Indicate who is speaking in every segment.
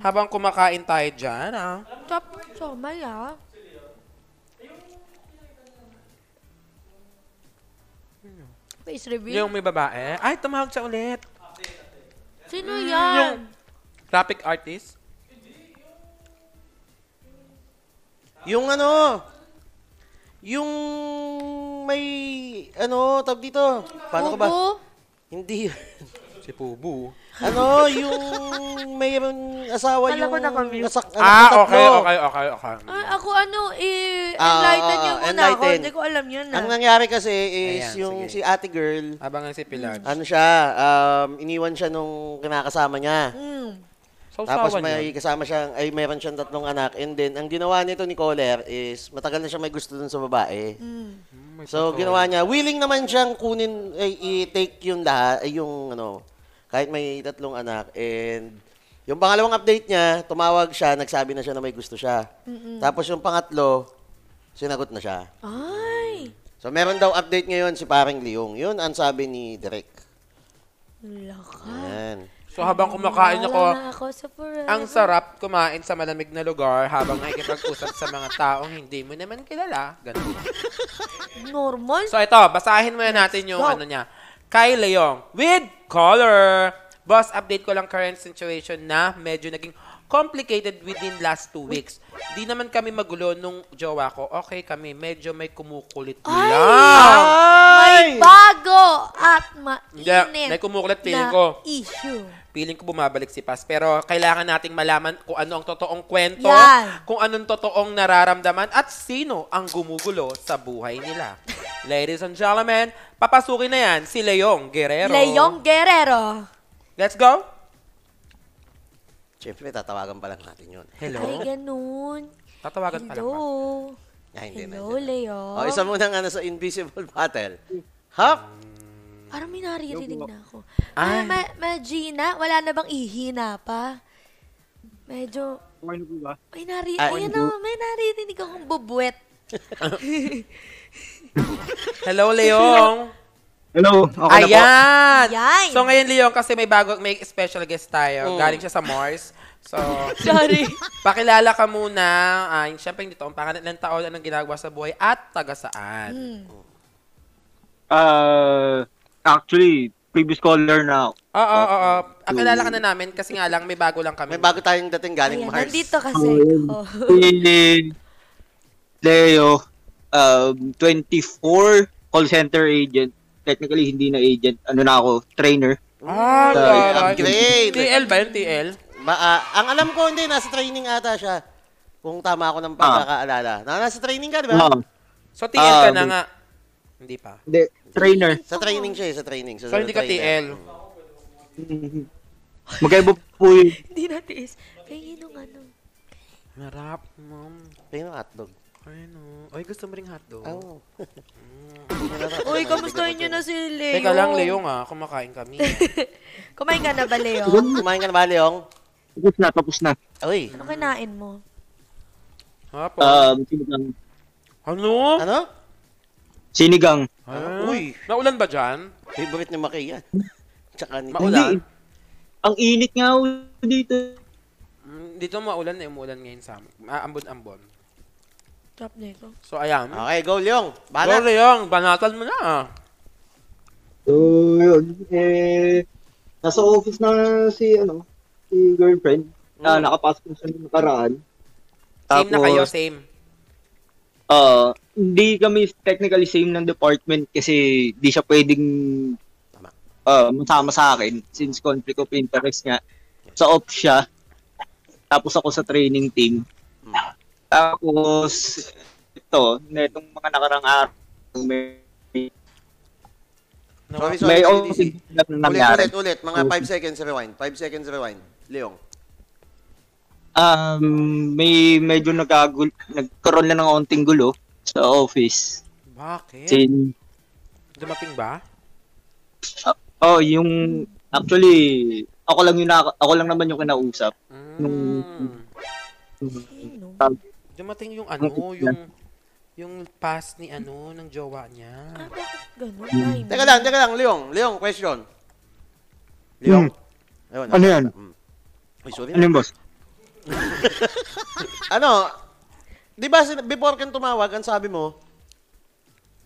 Speaker 1: Habang kumakain tayo dyan, ah.
Speaker 2: Tapos, somay ah. Face reveal?
Speaker 1: Yung may babae. Ay, tumawag siya ulit.
Speaker 2: Sino
Speaker 1: Mm,
Speaker 2: yan?
Speaker 1: yung- Graphic artist.
Speaker 3: Yung ano, yung may, ano, tawag dito. Paano ko ba?
Speaker 2: Bubu?
Speaker 3: Hindi. yun.
Speaker 1: Si Pubu.
Speaker 3: ano, yung mayroong asawa
Speaker 2: Kala ko
Speaker 3: yung
Speaker 2: na-commute.
Speaker 3: nasak, ano, anak
Speaker 1: Ah,
Speaker 3: ng tatlo.
Speaker 1: okay, okay, okay, okay.
Speaker 2: Ay, ako ano, eh,
Speaker 3: Ah,
Speaker 2: enlighten
Speaker 3: ah,
Speaker 2: niyo muna ako.
Speaker 3: enlighten.
Speaker 2: Hindi ko alam yun ah.
Speaker 3: Ang nangyari kasi is
Speaker 1: Ayan,
Speaker 3: yung
Speaker 1: sige.
Speaker 3: si ate girl,
Speaker 1: Abangan si Pilar.
Speaker 3: ano siya, um, iniwan siya nung kinakasama niya.
Speaker 2: Mm.
Speaker 3: Tapos
Speaker 1: Sausawan yun.
Speaker 3: may kasama siyang, ay meron siyang tatlong anak. And then, ang ginawa nito ni Coler is, matagal na siya may gusto dun sa
Speaker 2: Hmm.
Speaker 3: babae.
Speaker 1: Mm, may
Speaker 3: So,
Speaker 1: sausawan.
Speaker 3: ginawa niya, willing naman siyang kunin, ay, i-take yung lahat, ay, yung ano, kahit may tatlong anak. And, yung pangalawang update niya, tumawag siya, nagsabi na siya na may gusto siya. Tapos yung pangatlo, sinagot na siya.
Speaker 2: Ay.
Speaker 3: So, meron daw update ngayon si paring Leong. Yun ang sabi ni Derek.
Speaker 2: Laka.
Speaker 3: Ayan.
Speaker 1: So, habang kumakain ako,
Speaker 2: Wala na ako sa forever.
Speaker 1: ang sarap kumain sa malamig na lugar habang nakikipag-usap sa mga taong hindi mo naman kilala. Ganun.
Speaker 2: Normal?
Speaker 1: So ito, basahin muna natin yung
Speaker 2: go.
Speaker 1: ano niya. Kay Leong, with color. Boss, update ko lang current situation na medyo naging complicated within last two weeks. Di naman kami magulo nung jowa ko. Okay kami, medyo may kumukulit
Speaker 2: Ay!
Speaker 1: lang.
Speaker 2: May bago at mainit
Speaker 1: Hindi, may kumukulit feeling ko.
Speaker 2: na issue.
Speaker 1: Feeling ko bumabalik si Paz. Pero kailangan nating malaman kung ano ang totoong kwento,
Speaker 2: Yan.
Speaker 1: kung anong totoong nararamdaman, at sino ang gumugulo sa buhay nila. Ladies and gentlemen, papasukin na yan si Leong Guerrero.
Speaker 2: Leong Guerrero.
Speaker 1: Let's go.
Speaker 3: Siyempre, tatawagan pa lang natin yun.
Speaker 2: Ay,
Speaker 1: Hello.
Speaker 2: ganun.
Speaker 1: Tatawagan pa lang.
Speaker 2: Hello.
Speaker 1: ba?
Speaker 3: Ah, hindi na,
Speaker 2: Hello,
Speaker 3: hindi na.
Speaker 2: Leong.
Speaker 3: O, isa muna nga na sa Invisible Battle. Hop!
Speaker 2: Parang may naririnig na ako.
Speaker 1: Ay.
Speaker 2: Ay, ma, ma Gina, wala na bang ihina pa? Medyo,
Speaker 4: Ano po ba?
Speaker 2: may nari,
Speaker 3: Ay,
Speaker 2: ayan na, may naririnig akong bubuet.
Speaker 1: Hello, Leong.
Speaker 4: Hello, ako na po.
Speaker 1: Ayan.
Speaker 2: Yan.
Speaker 1: So ngayon, Leong, kasi may bago, may special guest tayo. Galing siya sa Mars. So,
Speaker 2: Sorry.
Speaker 1: pakilala ka muna. Ay, syempre, hindi taong pangalan ng taon, anong ginagawa sa buhay at taga saan.
Speaker 4: Ah, actually, previous caller
Speaker 1: Oo,
Speaker 4: na
Speaker 1: oo, oo. Ang kilala ka na namin kasi nga lang may bago lang kami.
Speaker 3: May bago tayong dating galing
Speaker 2: Ayan,
Speaker 3: Mars.
Speaker 2: nandito kasi Oh, ako.
Speaker 4: si Leo, um, 24, call center agent. Technically, hindi na agent. Ano na ako, trainer.
Speaker 1: Ah,
Speaker 4: Sorry,
Speaker 1: garay.
Speaker 3: upgrade.
Speaker 1: TL ba yun, TL?
Speaker 3: Ma, ah, ang alam ko hindi, nasa training ata siya. Kung tama ako ng pagkakaalala.
Speaker 4: Ah.
Speaker 3: Na, nasa training ka, di ba?
Speaker 4: Oo,
Speaker 1: So, TL ka
Speaker 4: Ah,
Speaker 1: na
Speaker 4: okay.
Speaker 1: nga. Hindi pa.
Speaker 4: Ah, hindi, trainer.
Speaker 3: Sa training siya eh, sa training. Sa
Speaker 1: So, hindi ka TL.
Speaker 4: Magkaiba po yun.
Speaker 2: Hindi natin is. Ay, yun ang ano.
Speaker 1: Harap, ma'am.
Speaker 3: Training hotdog.
Speaker 1: Ano? Ay, gusto mo ring hotdog?
Speaker 3: Oh.
Speaker 2: Uy, kamustahin nyo na si Leo.
Speaker 1: Teka lang, Leo nga. Kumakain kami.
Speaker 2: Kumain ka na ba, Leo?
Speaker 3: Kumain ka na ba, Leong?
Speaker 4: Tapos na, tapos na.
Speaker 3: Uy,
Speaker 2: Ano kinain mo?
Speaker 1: Hapo.
Speaker 4: Um, sinigang.
Speaker 1: ano?
Speaker 3: Ah. ano?
Speaker 4: Sinigang.
Speaker 1: Ah,
Speaker 3: Uy.
Speaker 1: Naulan ba dyan?
Speaker 3: Favorite ni Maki yan. Tsaka ni...
Speaker 1: Maulan?
Speaker 4: Ang init nga ako dito.
Speaker 1: Mm, Dito maulan na umulan ngayon sa amin. Maambon-ambon.
Speaker 2: Drop na ito.
Speaker 1: So, ayan.
Speaker 3: Okay, go, Leong.
Speaker 1: Go,
Speaker 3: Bahala.
Speaker 1: Leong. Banatan mo na. ah.
Speaker 4: So, yun. Eh, nasa office na si, ano, si girlfriend. Na
Speaker 3: Mm.
Speaker 4: nakapasok na siya ng nakaraan.
Speaker 1: Ah. Same na kayo, same.
Speaker 4: ah, hindi kami technically same ng department kasi di siya pwedeng
Speaker 3: Tama.
Speaker 4: ah, masama sa akin since conflict of interest nga. Sa off siya. Tapos ako sa training team.
Speaker 3: Mm.
Speaker 4: Tapos, ito, netong mga nakarang araw, may,
Speaker 3: Sorry,
Speaker 4: may
Speaker 3: sorry,
Speaker 4: office
Speaker 3: sorry.
Speaker 4: na
Speaker 3: Ulit,
Speaker 4: nangyari.
Speaker 3: ulit, ulit. Mga 5 seconds rewind. 5 seconds rewind. Leong.
Speaker 4: Um, may medyo nagagul nagkaroon na ng onting gulo sa office.
Speaker 1: Bakit?
Speaker 4: Sin,
Speaker 1: Dumating ba?
Speaker 4: oh, yung actually ako lang yung naka- ako lang naman yung kinausap.
Speaker 3: Hmm.
Speaker 1: Mm.
Speaker 2: Sino?
Speaker 1: Dumating yung ano, yung yung pass ni ano ng jowa niya.
Speaker 2: Ah, bakit ganun? Ay,
Speaker 3: Teka lang, teka lang, Leong. Leong, question. Leong. Ayun,
Speaker 4: Ano yan?
Speaker 3: Mm. Uy, sorry.
Speaker 4: Ano yung boss?
Speaker 3: Ano, di ba sin- before kang tumawag, ang sabi mo,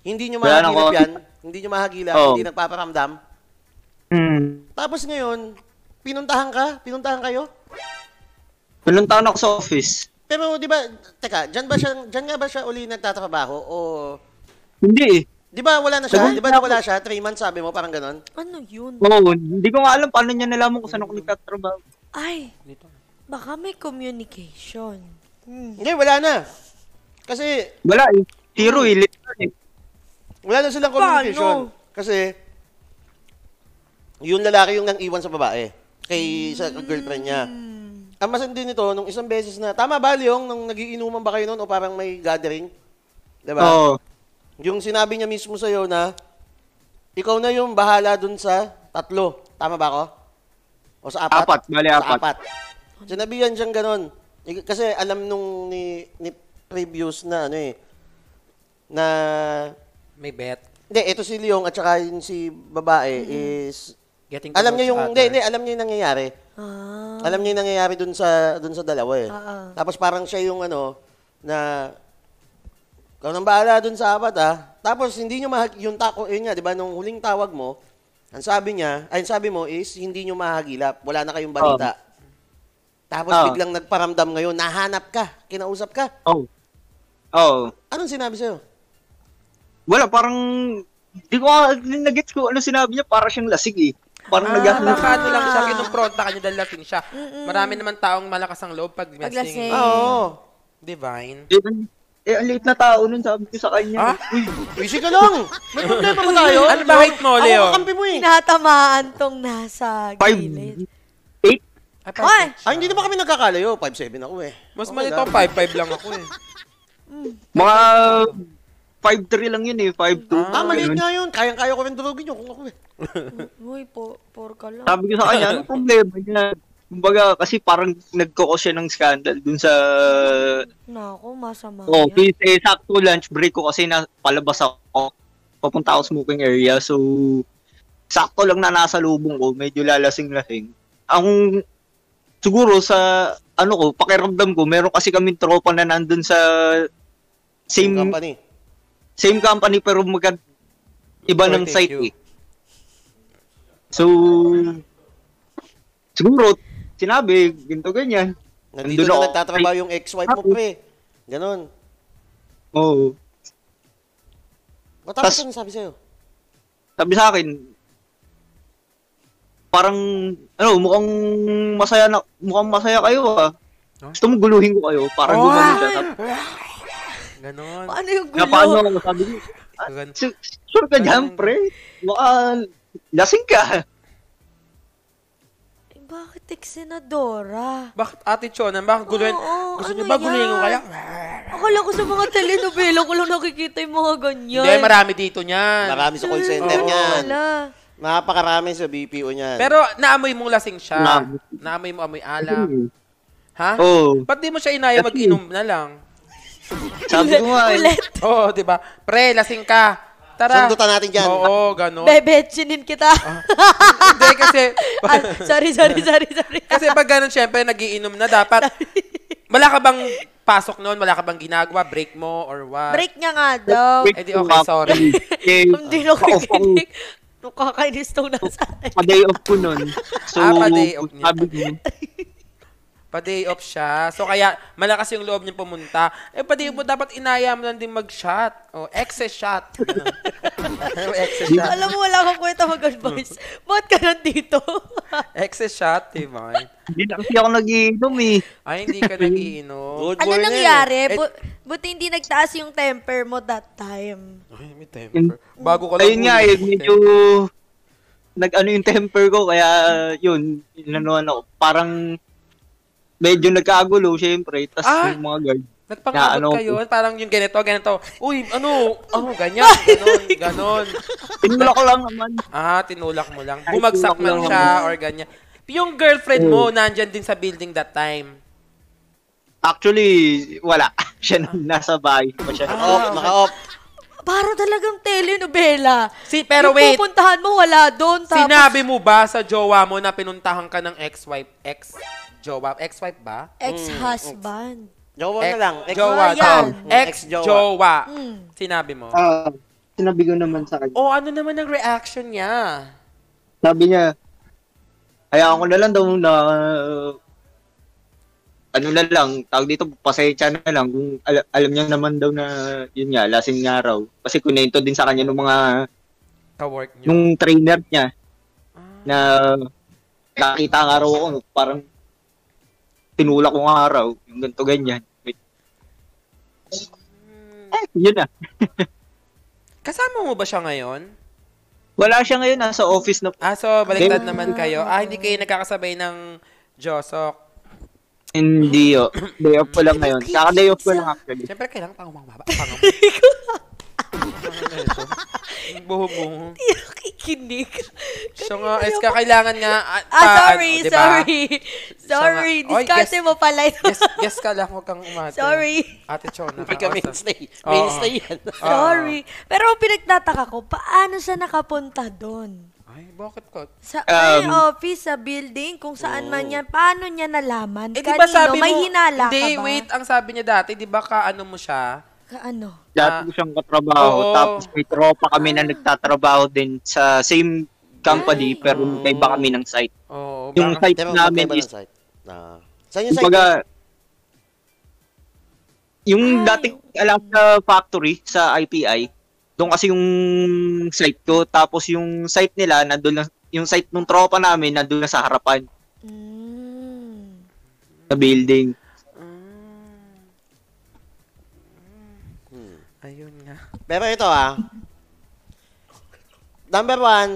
Speaker 3: hindi nyo
Speaker 4: Wala na
Speaker 3: mahagilap
Speaker 4: ako.
Speaker 3: yan, hindi nyo mahagilap,
Speaker 4: Oo.
Speaker 3: hindi nagpaparamdam.
Speaker 4: Hmm.
Speaker 3: Tapos ngayon, pinuntahan ka, pinuntahan kayo.
Speaker 4: Pinuntahan ako sa office.
Speaker 3: Pero di ba, teka, dyan ba siya, dyan nga ba siya uli nagtatrabaho? O,
Speaker 4: Hindi eh.
Speaker 3: di ba wala na siya?
Speaker 4: Sagot
Speaker 3: Di ba
Speaker 4: na
Speaker 3: nawala siya? Three months sabi mo, parang ganon.
Speaker 2: Ano yun?
Speaker 4: Oo, hindi ko nga alam paano niya nalaman kung saan ako nagtatrabaho.
Speaker 2: Ay,
Speaker 1: Dito.
Speaker 2: baka may communication. Hmm.
Speaker 3: Hindi, wala na. Kasi,
Speaker 4: Wala eh. Zero eh. Literal eh.
Speaker 3: wala na silang communication. Kasi, yung lalaki yung nang iwan sa babae. Kay sa girlfriend niya. Ang masandi nito, nung isang beses na, tama ba, Leong, nung nagiinuman ba kayo noon o parang may gathering? Diba?
Speaker 4: Oo.
Speaker 3: Yung sinabi niya mismo sa'yo na, ikaw na yung bahala dun sa tatlo. Tama ba ako? O sa apat?
Speaker 4: Apat, bali
Speaker 3: Sa
Speaker 4: apat.
Speaker 3: apat. Sinabihan siyang ganun. Ik- Kasi alam nung ni, ni previous na ano eh, na,
Speaker 1: May bet.
Speaker 3: hindi, ito si Leong at saka yung si babae is,
Speaker 1: Getting to
Speaker 3: alam
Speaker 1: know
Speaker 3: niya
Speaker 1: each
Speaker 3: yung,
Speaker 1: other.
Speaker 3: hindi, hindi, alam niya yung nangyayari.
Speaker 2: Ah,
Speaker 3: Alam niya yung nangyayari dun sa, dun sa dalawa eh.
Speaker 2: Oo.
Speaker 3: Tapos parang siya yung ano, na, ikaw nang bahala dun sa apat ah. Tapos hindi niyo mahag, yung tako, yun nga, di ba, nung huling tawag mo, ang sabi niya, ay ang sabi mo is, hindi niyo mahagilap, wala na kayong balita. Tapos
Speaker 4: Oo.
Speaker 3: biglang nagparamdam ngayon, nahanap ka, kinausap ka.
Speaker 4: Oo. Oh. Oo.
Speaker 3: Anong sinabi sa'yo?
Speaker 4: Wala, parang... Hindi ko nga nag-gets ko ano sinabi niya. Para siyang lasig eh.
Speaker 1: Ah,
Speaker 4: Parang nag-aakala.
Speaker 1: baka ano lang siya, kinumpronta ka niya dahil lasing siya. Marami naman taong malakas ang loob pag
Speaker 2: lasing.
Speaker 1: lasing.
Speaker 3: Ah, Oo.
Speaker 1: Divine.
Speaker 4: Eh, ang- eh, ang liit na tao nun, sabi ko sa kanya.
Speaker 1: Ah?
Speaker 4: Uy,
Speaker 3: Easy ka lang! May problema ba tayo?
Speaker 1: Ano ba height mo,
Speaker 3: Ako
Speaker 1: Leo?
Speaker 3: kakampi mo eh.
Speaker 2: tinatamaan tong nasa
Speaker 4: five,
Speaker 2: gilid.
Speaker 4: eight?
Speaker 1: Ay,
Speaker 2: Ay!
Speaker 1: siya.
Speaker 3: Ay, hindi naman kami nagkakalayo. 5'7 ako eh.
Speaker 1: Mas
Speaker 3: Oh my
Speaker 1: malito
Speaker 3: God.
Speaker 1: ang 5'5 lang ako eh.
Speaker 4: Mga... 5'3 lang yun eh, 5'2.
Speaker 3: Ah, maliit
Speaker 4: ganun.
Speaker 3: nga yun. Kayang-kaya ko rin durugin yun kung ako eh.
Speaker 2: Uy, po, por ka lang.
Speaker 4: Sabi ko sa kanya, ano problema niya? Kumbaga, kasi parang nagkoko siya ng scandal dun sa...
Speaker 2: Nako, masama
Speaker 4: Oh,
Speaker 2: yan.
Speaker 4: kasi eh, sakto lunch break ko kasi na palabas ako. Papunta ako smoking area. So, sakto lang na nasa lubong ko. Medyo lalasing-lasing. Ang siguro sa ano ko, pakiramdam ko, meron kasi kami tropa na nandun sa
Speaker 3: Same
Speaker 4: same
Speaker 3: company.
Speaker 4: same company pero magka iba ng
Speaker 1: Or thank
Speaker 4: site
Speaker 1: you.
Speaker 4: eh. So, siguro, sinabi, ganito ganyan.
Speaker 3: Nandito
Speaker 4: Nandun ako.
Speaker 3: na nagtatrabaho yung ex-wife mo, eh. pre. Ganon.
Speaker 4: Oo.
Speaker 3: Matapos
Speaker 4: Tas-
Speaker 3: yung sabi sa'yo.
Speaker 4: Sabi sa akin, parang, ano, mukhang masaya na, mukhang masaya kayo ah. Gusto mo guluhin ko kayo, parang
Speaker 1: Oh!
Speaker 4: gumanon siya. Sabi,
Speaker 1: Ganon.
Speaker 2: Paano yung
Speaker 4: na paano
Speaker 2: gulo?
Speaker 4: ako, sabi ko,
Speaker 1: Ganon.
Speaker 4: "Si- sure ka dyan, pre? Baka, lasing ka.
Speaker 2: Eh, Bakit tiksinadora?
Speaker 1: Bakit ate Chonan? Bakit guluhin?
Speaker 2: Oo,
Speaker 1: Gusto
Speaker 2: ano
Speaker 1: niyo ba guluhin ko
Speaker 2: yan?
Speaker 1: kaya?
Speaker 2: Akala ko sa mga telenovela ko lang nakikita yung mga ganyan.
Speaker 1: Hindi, marami dito niyan.
Speaker 3: Marami sa call center
Speaker 1: Oo.
Speaker 3: niyan.
Speaker 2: Wala.
Speaker 3: Napakarami sa BPO niyan.
Speaker 1: Pero naamoy mong lasing siya.
Speaker 4: Naamoy.
Speaker 1: Naamoy mo amoy
Speaker 3: Hmm.
Speaker 1: alam. Ha?
Speaker 3: Oh.
Speaker 4: Oo.
Speaker 1: Ba't di mo siya inaya mag-inom na lang?
Speaker 4: Sabi ko nga, eh,
Speaker 2: Ulit.
Speaker 1: Oo, di ba? Pre, lasing ka. Tara.
Speaker 3: Sundutan natin dyan.
Speaker 1: Oo, ganon.
Speaker 2: Bebetsinin kita.
Speaker 4: Ah.
Speaker 1: Hindi, kasi...
Speaker 2: Ah, sorry, sorry, sorry, sorry.
Speaker 1: Kasi pag ganun, syempre, nagiinom na dapat. Wala ka bang pasok noon? Wala ka bang ginagawa? Break mo or what?
Speaker 2: Break niya nga daw.
Speaker 4: Wait, ah,
Speaker 1: Eh, di okay, sorry.
Speaker 4: eh,
Speaker 2: Hindi na
Speaker 4: pa-off ako.
Speaker 2: kikinig. Nakakainis tong nasa akin.
Speaker 4: Pa-day off ko nun. So,
Speaker 1: Ah, pa-day off niya.
Speaker 4: sabi ko,
Speaker 1: Pa-day off siya. So, kaya malakas yung loob niya pumunta. Eh, pa-day off mo, dapat inaya mo lang din mag-shot. O, excess shot. Ganun. excess shot.
Speaker 2: Alam mo, wala kang kwenta mag-advice. Ba't ka nandito?
Speaker 1: Excess shot, diba?
Speaker 4: hindi na kasi ako nag-iinom eh.
Speaker 1: Ay, hindi ka nagiinom.
Speaker 3: Good
Speaker 2: ano
Speaker 3: boy na yan.
Speaker 2: nangyari?
Speaker 1: Eh,
Speaker 2: Bu- buti hindi nagtaas yung temper mo that time.
Speaker 1: Ay, may temper. Bago ko lang.
Speaker 4: Ayun nga eh,
Speaker 1: huli.
Speaker 4: medyo nag-ano yung temper ko, kaya yun, inano ano, parang medyo nagkagulo, syempre, tas
Speaker 1: Ah!
Speaker 4: yung mga guard.
Speaker 1: Nagpangabot
Speaker 4: Na, ano-
Speaker 1: kayo. Parang yung ganito, ganito. Uy, ano? Ano, ganyan. Ganon, ganon.
Speaker 4: Tinula ko lang naman.
Speaker 1: Ah, tinulak mo lang.
Speaker 4: Ay,
Speaker 1: Bumagsak man
Speaker 4: tinulak lang Oh.
Speaker 1: siya or ganyan. Yung girlfriend mo, nandyan din sa building that time.
Speaker 4: Actually, wala. Siya na, nasa bahay pa siya.
Speaker 3: Naka-off, naka-off.
Speaker 2: Para talagang telenovela.
Speaker 1: Si, pero
Speaker 2: yung
Speaker 1: wait,
Speaker 2: pupuntahan mo, wala doon. Tapos,
Speaker 1: sinabi mo ba sa jowa mo na pinuntahan ka ng ex-wife? Ex-jowa? Ex-wife ba?
Speaker 2: ex-husband.
Speaker 3: Jowa na
Speaker 1: Ex-
Speaker 3: lang.
Speaker 1: Jowa.
Speaker 2: Ex- Ayan.
Speaker 1: Mm. Ex-jowa.
Speaker 2: Mm.
Speaker 1: Sinabi mo.
Speaker 4: Ah, sinabi ko naman sa kanya.
Speaker 1: Oh, ano naman ang reaction niya?
Speaker 4: Sabi niya, hayaan ko na lang daw na, uh, ano na lang, tawag dito, pasensya na lang. Kung al- alam niya naman daw na, yun nga, lasing nga raw. Kasi kunento din sa kanya ng mga,
Speaker 1: Kawork niyo.
Speaker 4: nung trainer niya,
Speaker 3: Ah.
Speaker 4: na nakita nga raw ako, parang tinulak ko nga raw, yung ganito ganyan.
Speaker 3: Hmm.
Speaker 4: Eh, yun na.
Speaker 1: Kasama mo ba siya ngayon?
Speaker 4: Wala siya ngayon, nasa office na
Speaker 1: Ah, so baliktad
Speaker 4: Game-
Speaker 1: naman kayo. Ah, hindi kayo nakakasabay ng Josok.
Speaker 4: Hindi, oh. Day off ko lang ngayon. Saka day off ko lang actually.
Speaker 1: Siyempre, kailangan pang umababa. Pang Buho-buho.
Speaker 2: Hindi ako kikinig.
Speaker 1: So nga, es ka, kailangan nga.
Speaker 2: Ah,
Speaker 1: pa-
Speaker 2: sorry,
Speaker 1: ano, diba?
Speaker 2: sorry.
Speaker 1: nga-
Speaker 2: Sorry,
Speaker 1: Oy,
Speaker 2: diskarte
Speaker 1: guess-
Speaker 2: mo pala.
Speaker 1: Yes, yes ka lang, huwag kang umate.
Speaker 2: Sorry.
Speaker 1: Ate Chona.
Speaker 3: Pagka
Speaker 1: awesome.
Speaker 3: mainstay.
Speaker 1: Oo.
Speaker 3: Mainstay yan.
Speaker 1: Ah.
Speaker 2: Sorry. Pero ang pinagtataka ko, paano siya nakapunta doon?
Speaker 1: Ay, bakit ko?
Speaker 2: Sa
Speaker 4: Um,
Speaker 2: may office, sa building, kung saan man yan, paano niya
Speaker 1: Oh.
Speaker 2: nalaman?
Speaker 1: Eh, di
Speaker 2: Kanino?
Speaker 1: ba sabi mo,
Speaker 2: may hinala
Speaker 1: hindi,
Speaker 2: ka ba?
Speaker 1: wait, ang sabi niya dati, di ba ka ano mo siya?
Speaker 2: Ka ano?
Speaker 4: Dati ko siyang katrabaho.
Speaker 1: Oo.
Speaker 4: Tapos may tropa kami
Speaker 3: Ah.
Speaker 4: na nagtatrabaho din sa same company pero may iba kami ng site.
Speaker 1: Oo,
Speaker 4: Yung
Speaker 1: baka-
Speaker 4: site
Speaker 3: Pero
Speaker 4: namin
Speaker 3: magkaiba
Speaker 4: is,
Speaker 3: ng site. Ah. Saan yung site?
Speaker 4: kumbaga, yung
Speaker 2: Ay.
Speaker 4: dating alam sa factory sa IPI, doon kasi yung site ko. Tapos yung site nila, nandun lang, yung site ng tropa namin, nandun na sa harapan
Speaker 2: Mm.
Speaker 4: sa building.
Speaker 1: Mm. Ayun nga.
Speaker 3: Pero ito ah. Number one.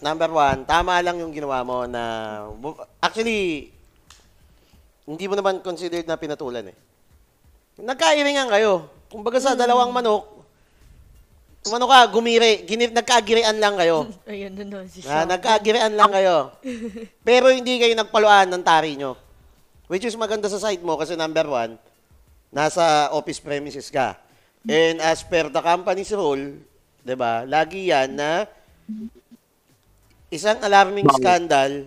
Speaker 3: Number one. Tama lang yung ginawa mo na... Actually, hindi mo naman considered na pinatulan eh. Nagkairingan kayo. Kumbaga sa dalawang manok, manok ka, gumire, ginir, nagkaagirian lang kayo.
Speaker 2: Ayun, no, no, si
Speaker 3: Ah,
Speaker 2: Sean.
Speaker 3: nagkaagirian lang kayo. Pero hindi kayo nagpaluan ng tari nyo. Which is maganda sa side mo kasi number one, nasa office premises ka. And as per the company's rule, 'di ba? Lagi 'yan na isang alarming scandal,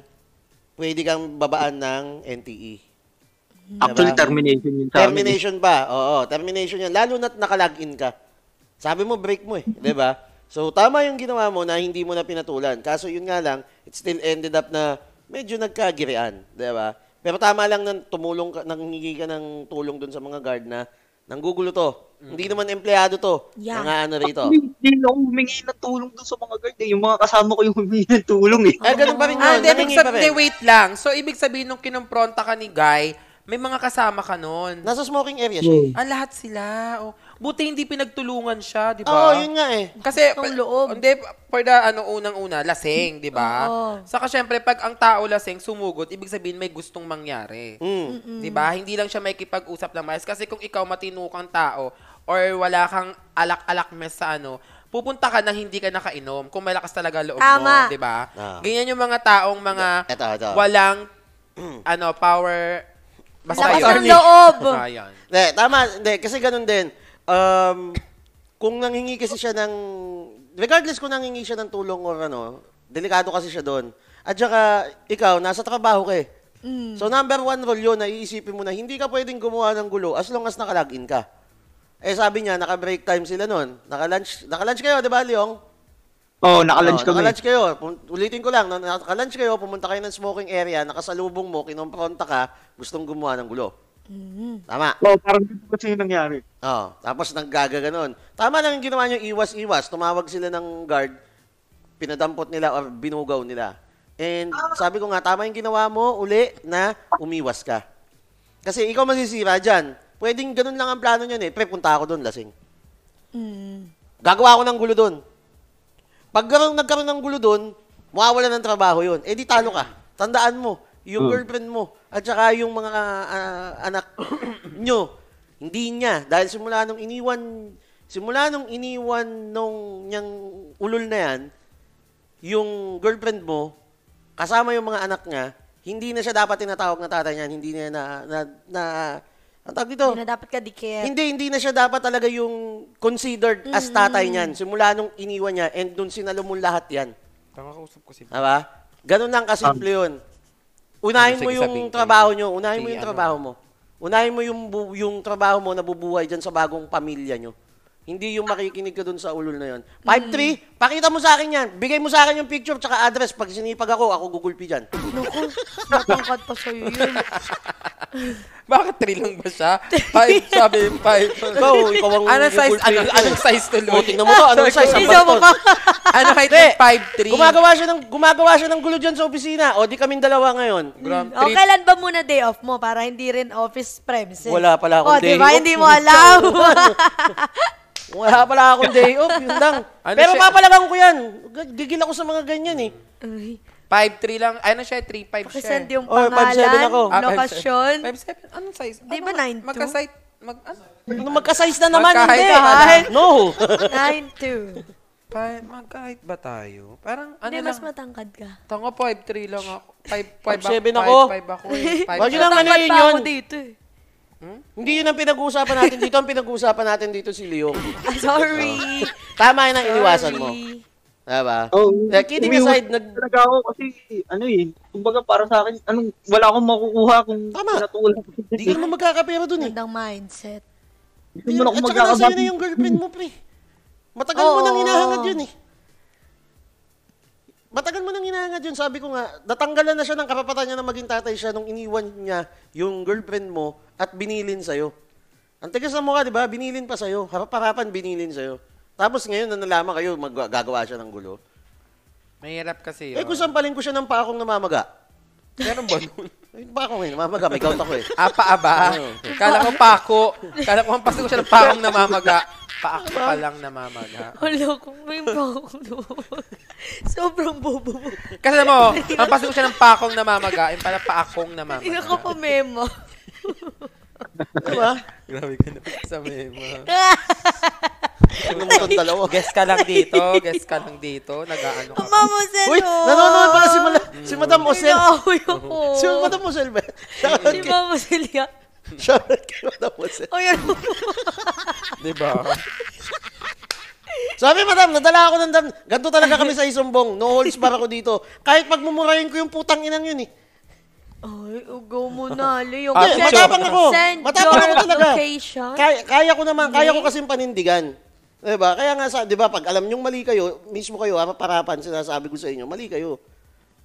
Speaker 3: pwede kang babaan ng E. NTE.
Speaker 4: Actually,
Speaker 3: Diba?
Speaker 4: termination yun sa amin.
Speaker 3: Termination ba? Oo, termination yan. Lalo na't nakalagin ka. Sabi mo, break mo eh. 'di ba? So, tama yung ginawa mo na hindi mo na pinatulan. Kaso yun nga lang, it still ended up na medyo nagkagirian. 'di ba? Pero tama lang na tumulong ka, nangingi ka ng tulong dun sa mga guard na nanggugulo to. Hindi naman empleyado to.
Speaker 2: Yeah.
Speaker 3: Mga ano rito.
Speaker 4: Hindi hindi ako humingi ng tulong doon sa mga guard. eh. Yung mga kasama ko yung humingi ng tulong eh.
Speaker 3: Eh, ganun pa rin
Speaker 1: Ah,
Speaker 3: yun.
Speaker 1: hindi, ibig
Speaker 3: Nangingi pa
Speaker 1: sabihin,
Speaker 3: rin.
Speaker 1: wait lang. So, ibig sabihin, nung kinumpronta ka ni Guy, may mga kasama ka nun.
Speaker 3: Nasa smoking area siya.
Speaker 1: Ah, lahat sila. Oh. Buti hindi pinagtulungan siya, di ba?
Speaker 3: Oo, yun nga eh.
Speaker 1: Kasi,
Speaker 2: Ang loob.
Speaker 1: Hindi, for the, ano, unang-una, lasing, di ba?
Speaker 2: Oo.
Speaker 1: Saka, syempre, pag ang tao lasing, sumugod, ibig sabihin, may gustong mangyari.
Speaker 3: Mm.
Speaker 1: Di ba? Hindi lang siya may kipag-usap ng maayos. Kasi kung ikaw matino kang tao or wala kang alak-alak mes sa ano, pupunta ka na hindi ka nakainom kung malakas talaga loob mo.
Speaker 2: Tama.
Speaker 1: Di ba?
Speaker 3: Ah.
Speaker 1: Ganyan yung mga taong mga
Speaker 3: Ito, ito.
Speaker 1: walang ano power basta
Speaker 2: Lakas
Speaker 1: yun.
Speaker 2: ng loob.
Speaker 1: Ah, yun.
Speaker 3: Hindi, tama. Hindi, kasi ganun din. Um, kung nanghingi kasi siya ng... Regardless kung nanghingi siya ng tulong or ano, delikado kasi siya doon. At saka, ikaw, nasa trabaho ka eh. So, number one rule yun, naiisipin mo na hindi ka pwedeng gumawa ng gulo as long as nakalagin ka. Eh, sabi niya, naka-break time sila noon. Naka-lunch, naka-lunch kayo, di ba, Leong?
Speaker 4: Oo, oh, nakalunch
Speaker 3: Oo,
Speaker 4: kami.
Speaker 3: Nakalunch kayo. Pum- ulitin ko lang, na- nakalunch kayo, pumunta kayo ng smoking area, nakasalubong mo, kinumpronta ka, gustong gumawa ng gulo.
Speaker 2: Hmm,
Speaker 3: Tama.
Speaker 4: Oo, parang ganito kasi yung nangyari.
Speaker 3: Oo. Oh, Tapos naggagaganon. Tama lang yung ginawa niyo, iwas-iwas. Tumawag sila ng guard, pinadampot nila or binugaw nila. And sabi ko nga, tama yung ginawa mo uli na umiwas ka. Kasi ikaw masisira dyan. Pwedeng ganun lang ang plano niyan eh. Pre, punta ako doon, lasing.
Speaker 2: Mm.
Speaker 3: Gagawa ako ng gulo doon. Pag garong nagkaroon ng gulo doon, mawawala ng trabaho yun. Eh di talo ka. Tandaan mo, yung girlfriend mo, at saka yung mga ah, anak nyo, hindi niya. Dahil simula nung iniwan, simula nung iniwan nung niyang ulol na yan, yung girlfriend mo, kasama yung mga anak niya, hindi na siya dapat tinatawag na tatay niyan, hindi niya na, na, na, ang tawag dito?
Speaker 2: Hindi na dapat ka dikit.
Speaker 3: Hindi, hindi na siya dapat talaga yung considered as tatay niyan. Simula nung iniwan niya and dun sinalo mo lahat yan.
Speaker 1: Tama kausap ko si
Speaker 3: Diba? Ganun lang kasimple yun. Unahin
Speaker 1: Ano,
Speaker 3: mo
Speaker 1: sige,
Speaker 3: yung
Speaker 1: sabihin ko
Speaker 3: trabaho
Speaker 1: yun.
Speaker 3: nyo. Unahin mo
Speaker 1: Si
Speaker 3: yung
Speaker 1: ano.
Speaker 3: trabaho mo. Unahin mo yung, bu- yung trabaho mo na bubuhay dyan sa bagong pamilya nyo. Hindi yung makikinig ka dun sa ulol na yun.
Speaker 2: Mm.
Speaker 3: 5-3, pakita mo sa akin yan. Bigay mo sa akin yung picture tsaka address. Pag sinipag ako, ako gugulpi dyan.
Speaker 2: Naku, matangkad pa sa'yo yun.
Speaker 1: Bakit 3 lang ba siya? 5, sabi 5.
Speaker 3: Ikaw, ikaw ang
Speaker 1: Anong size,
Speaker 3: gugulpi
Speaker 1: anong,
Speaker 3: dyan.
Speaker 1: anong size
Speaker 3: O,
Speaker 1: tuloy?
Speaker 3: tingnan mo to, anong size ang
Speaker 2: Hindi mo
Speaker 3: bastos.
Speaker 2: ka.
Speaker 1: ano height
Speaker 3: Hindi.
Speaker 1: ng 5'3"?
Speaker 3: Gumagawa siya ng gumagawa siya ng gulo diyan sa opisina. O di kaming dalawa ngayon.
Speaker 1: Gram,
Speaker 2: O,
Speaker 1: three-
Speaker 2: kailan ba muna day off mo para hindi rin office premises?
Speaker 3: Wala pala akong
Speaker 2: O,
Speaker 3: day
Speaker 2: diba?
Speaker 3: off.
Speaker 2: Hindi mo alam.
Speaker 3: Wala pala akong day off, yun lang.
Speaker 1: Ano
Speaker 3: Pero
Speaker 1: siya-
Speaker 3: papalaban ko 'yan. G- Gigil ako sa mga ganyan eh.
Speaker 2: Uy,
Speaker 1: 5'3 lang. Ano siya? 3'5 siya.
Speaker 2: Pakisend yung
Speaker 3: Oh, 5'7
Speaker 2: pangalan,
Speaker 3: ako.
Speaker 1: Ah, 5'7.
Speaker 2: lokasyon.
Speaker 1: 5'7. Anong size?
Speaker 2: Di ba
Speaker 1: Ano,
Speaker 2: 9'2"?
Speaker 1: Magka-size. Mag, ano?
Speaker 3: Nung magka-size na naman,
Speaker 1: Magkahit
Speaker 3: hindi.
Speaker 1: ka ba?
Speaker 3: Kahit- No.
Speaker 2: 9-2.
Speaker 1: Pa, magkahit ba tayo? Parang ano
Speaker 2: Hindi,
Speaker 1: lang.
Speaker 2: mas matangkad ka.
Speaker 1: Tango, 5'3 lang ako. 5'5
Speaker 3: 5'7 ako.
Speaker 1: 5'5 ako eh. Five-
Speaker 3: Wag yun ang
Speaker 2: Matangkad
Speaker 3: manayin
Speaker 2: pa
Speaker 3: yun.
Speaker 2: ako dito eh.
Speaker 3: Hindi yun ang pinag-uusapan natin dito. Ang pinag-uusapan natin dito si Leo.
Speaker 2: Ah, Sorry.
Speaker 3: Tama yun ang iniwasan mo.
Speaker 2: Sorry.
Speaker 3: Diba?
Speaker 4: Oh,
Speaker 3: Kaya kidding aside, nag...
Speaker 4: talaga ako kasi ano eh, kumbaga para sa akin, anong wala akong makukuha kung
Speaker 3: Tama.
Speaker 4: pinatulan ko.
Speaker 3: Hindi ka naman magkakapera dun eh.
Speaker 2: Gandang mindset.
Speaker 4: Hindi
Speaker 3: Yun,
Speaker 4: naman
Speaker 3: At
Speaker 4: ako
Speaker 3: saka
Speaker 4: magkakabati.
Speaker 3: nasa'yo na yung girlfriend mo, pre. Matagal mo nang
Speaker 2: Oo.
Speaker 3: hinahangad yun eh. Matagal mo nang hinahangad yun. Sabi ko nga, natanggalan na siya ng karapatan niya na maging tatay siya nung iniwan niya yung girlfriend mo at binilin sa'yo. Ang tigas na mukha, di ba? Binilin pa sa'yo. Harap-harapan binilin sa'yo. Tapos ngayon, na nalaman kayo, magagawa siya ng gulo.
Speaker 1: Mahirap kasi yun.
Speaker 3: Eh, kung sampalin ko siya ng paakong namamaga.
Speaker 1: Meron ba nun?
Speaker 3: Ay, paakong eh, namamaga. May gout ako eh.
Speaker 1: Apa-aba. Ah, Kala ko pako. Kala ko hampasin ko siya ng pakong namamaga. Paako pa lang namamaga.
Speaker 2: Wala ko, may bakulo. Sobrang bobo mo.
Speaker 1: Kasi alam mo, hampasin ko siya ng pakong namamaga. Yung pala paakong namamaga.
Speaker 2: Ina ko pa memo.
Speaker 3: Di ba?
Speaker 1: Grabe ka na sa mema.
Speaker 3: Ano mo itong dalawa?
Speaker 1: Guess ka lang dito. Guess ka lang dito. Nag-ano ka. pa.
Speaker 2: Mama, Sen,
Speaker 3: Uy, nanonood pala si, Mala- si Madam Osel.
Speaker 2: Pinaahoy ako.
Speaker 3: Si Madam Osel ba? Shoutout
Speaker 2: Si
Speaker 3: kay-
Speaker 2: Mama Celia.
Speaker 3: Shoutout kay Madam Osel.
Speaker 2: O yun.
Speaker 1: Diba?
Speaker 3: Sabi, Madam, nadala ako ng dam. Ganto talaga kami sa isumbong. No holds bar ako dito. Kahit pagmumurahin ko yung putang inang yun eh.
Speaker 2: Ay, ugaw mo na. Leo,
Speaker 1: Ah,
Speaker 2: Send-
Speaker 1: matapang
Speaker 3: ako.
Speaker 2: Send
Speaker 3: Matapang
Speaker 2: your
Speaker 3: ako talaga.
Speaker 2: location.
Speaker 3: Kaya, kaya ko naman, kaya ko
Speaker 2: Hindi.
Speaker 3: kasing panindigan. Diba? Kaya nga, sa, diba, pag alam nyong mali kayo, mismo kayo, ah, parapan, sinasabi ko sa inyo, mali kayo.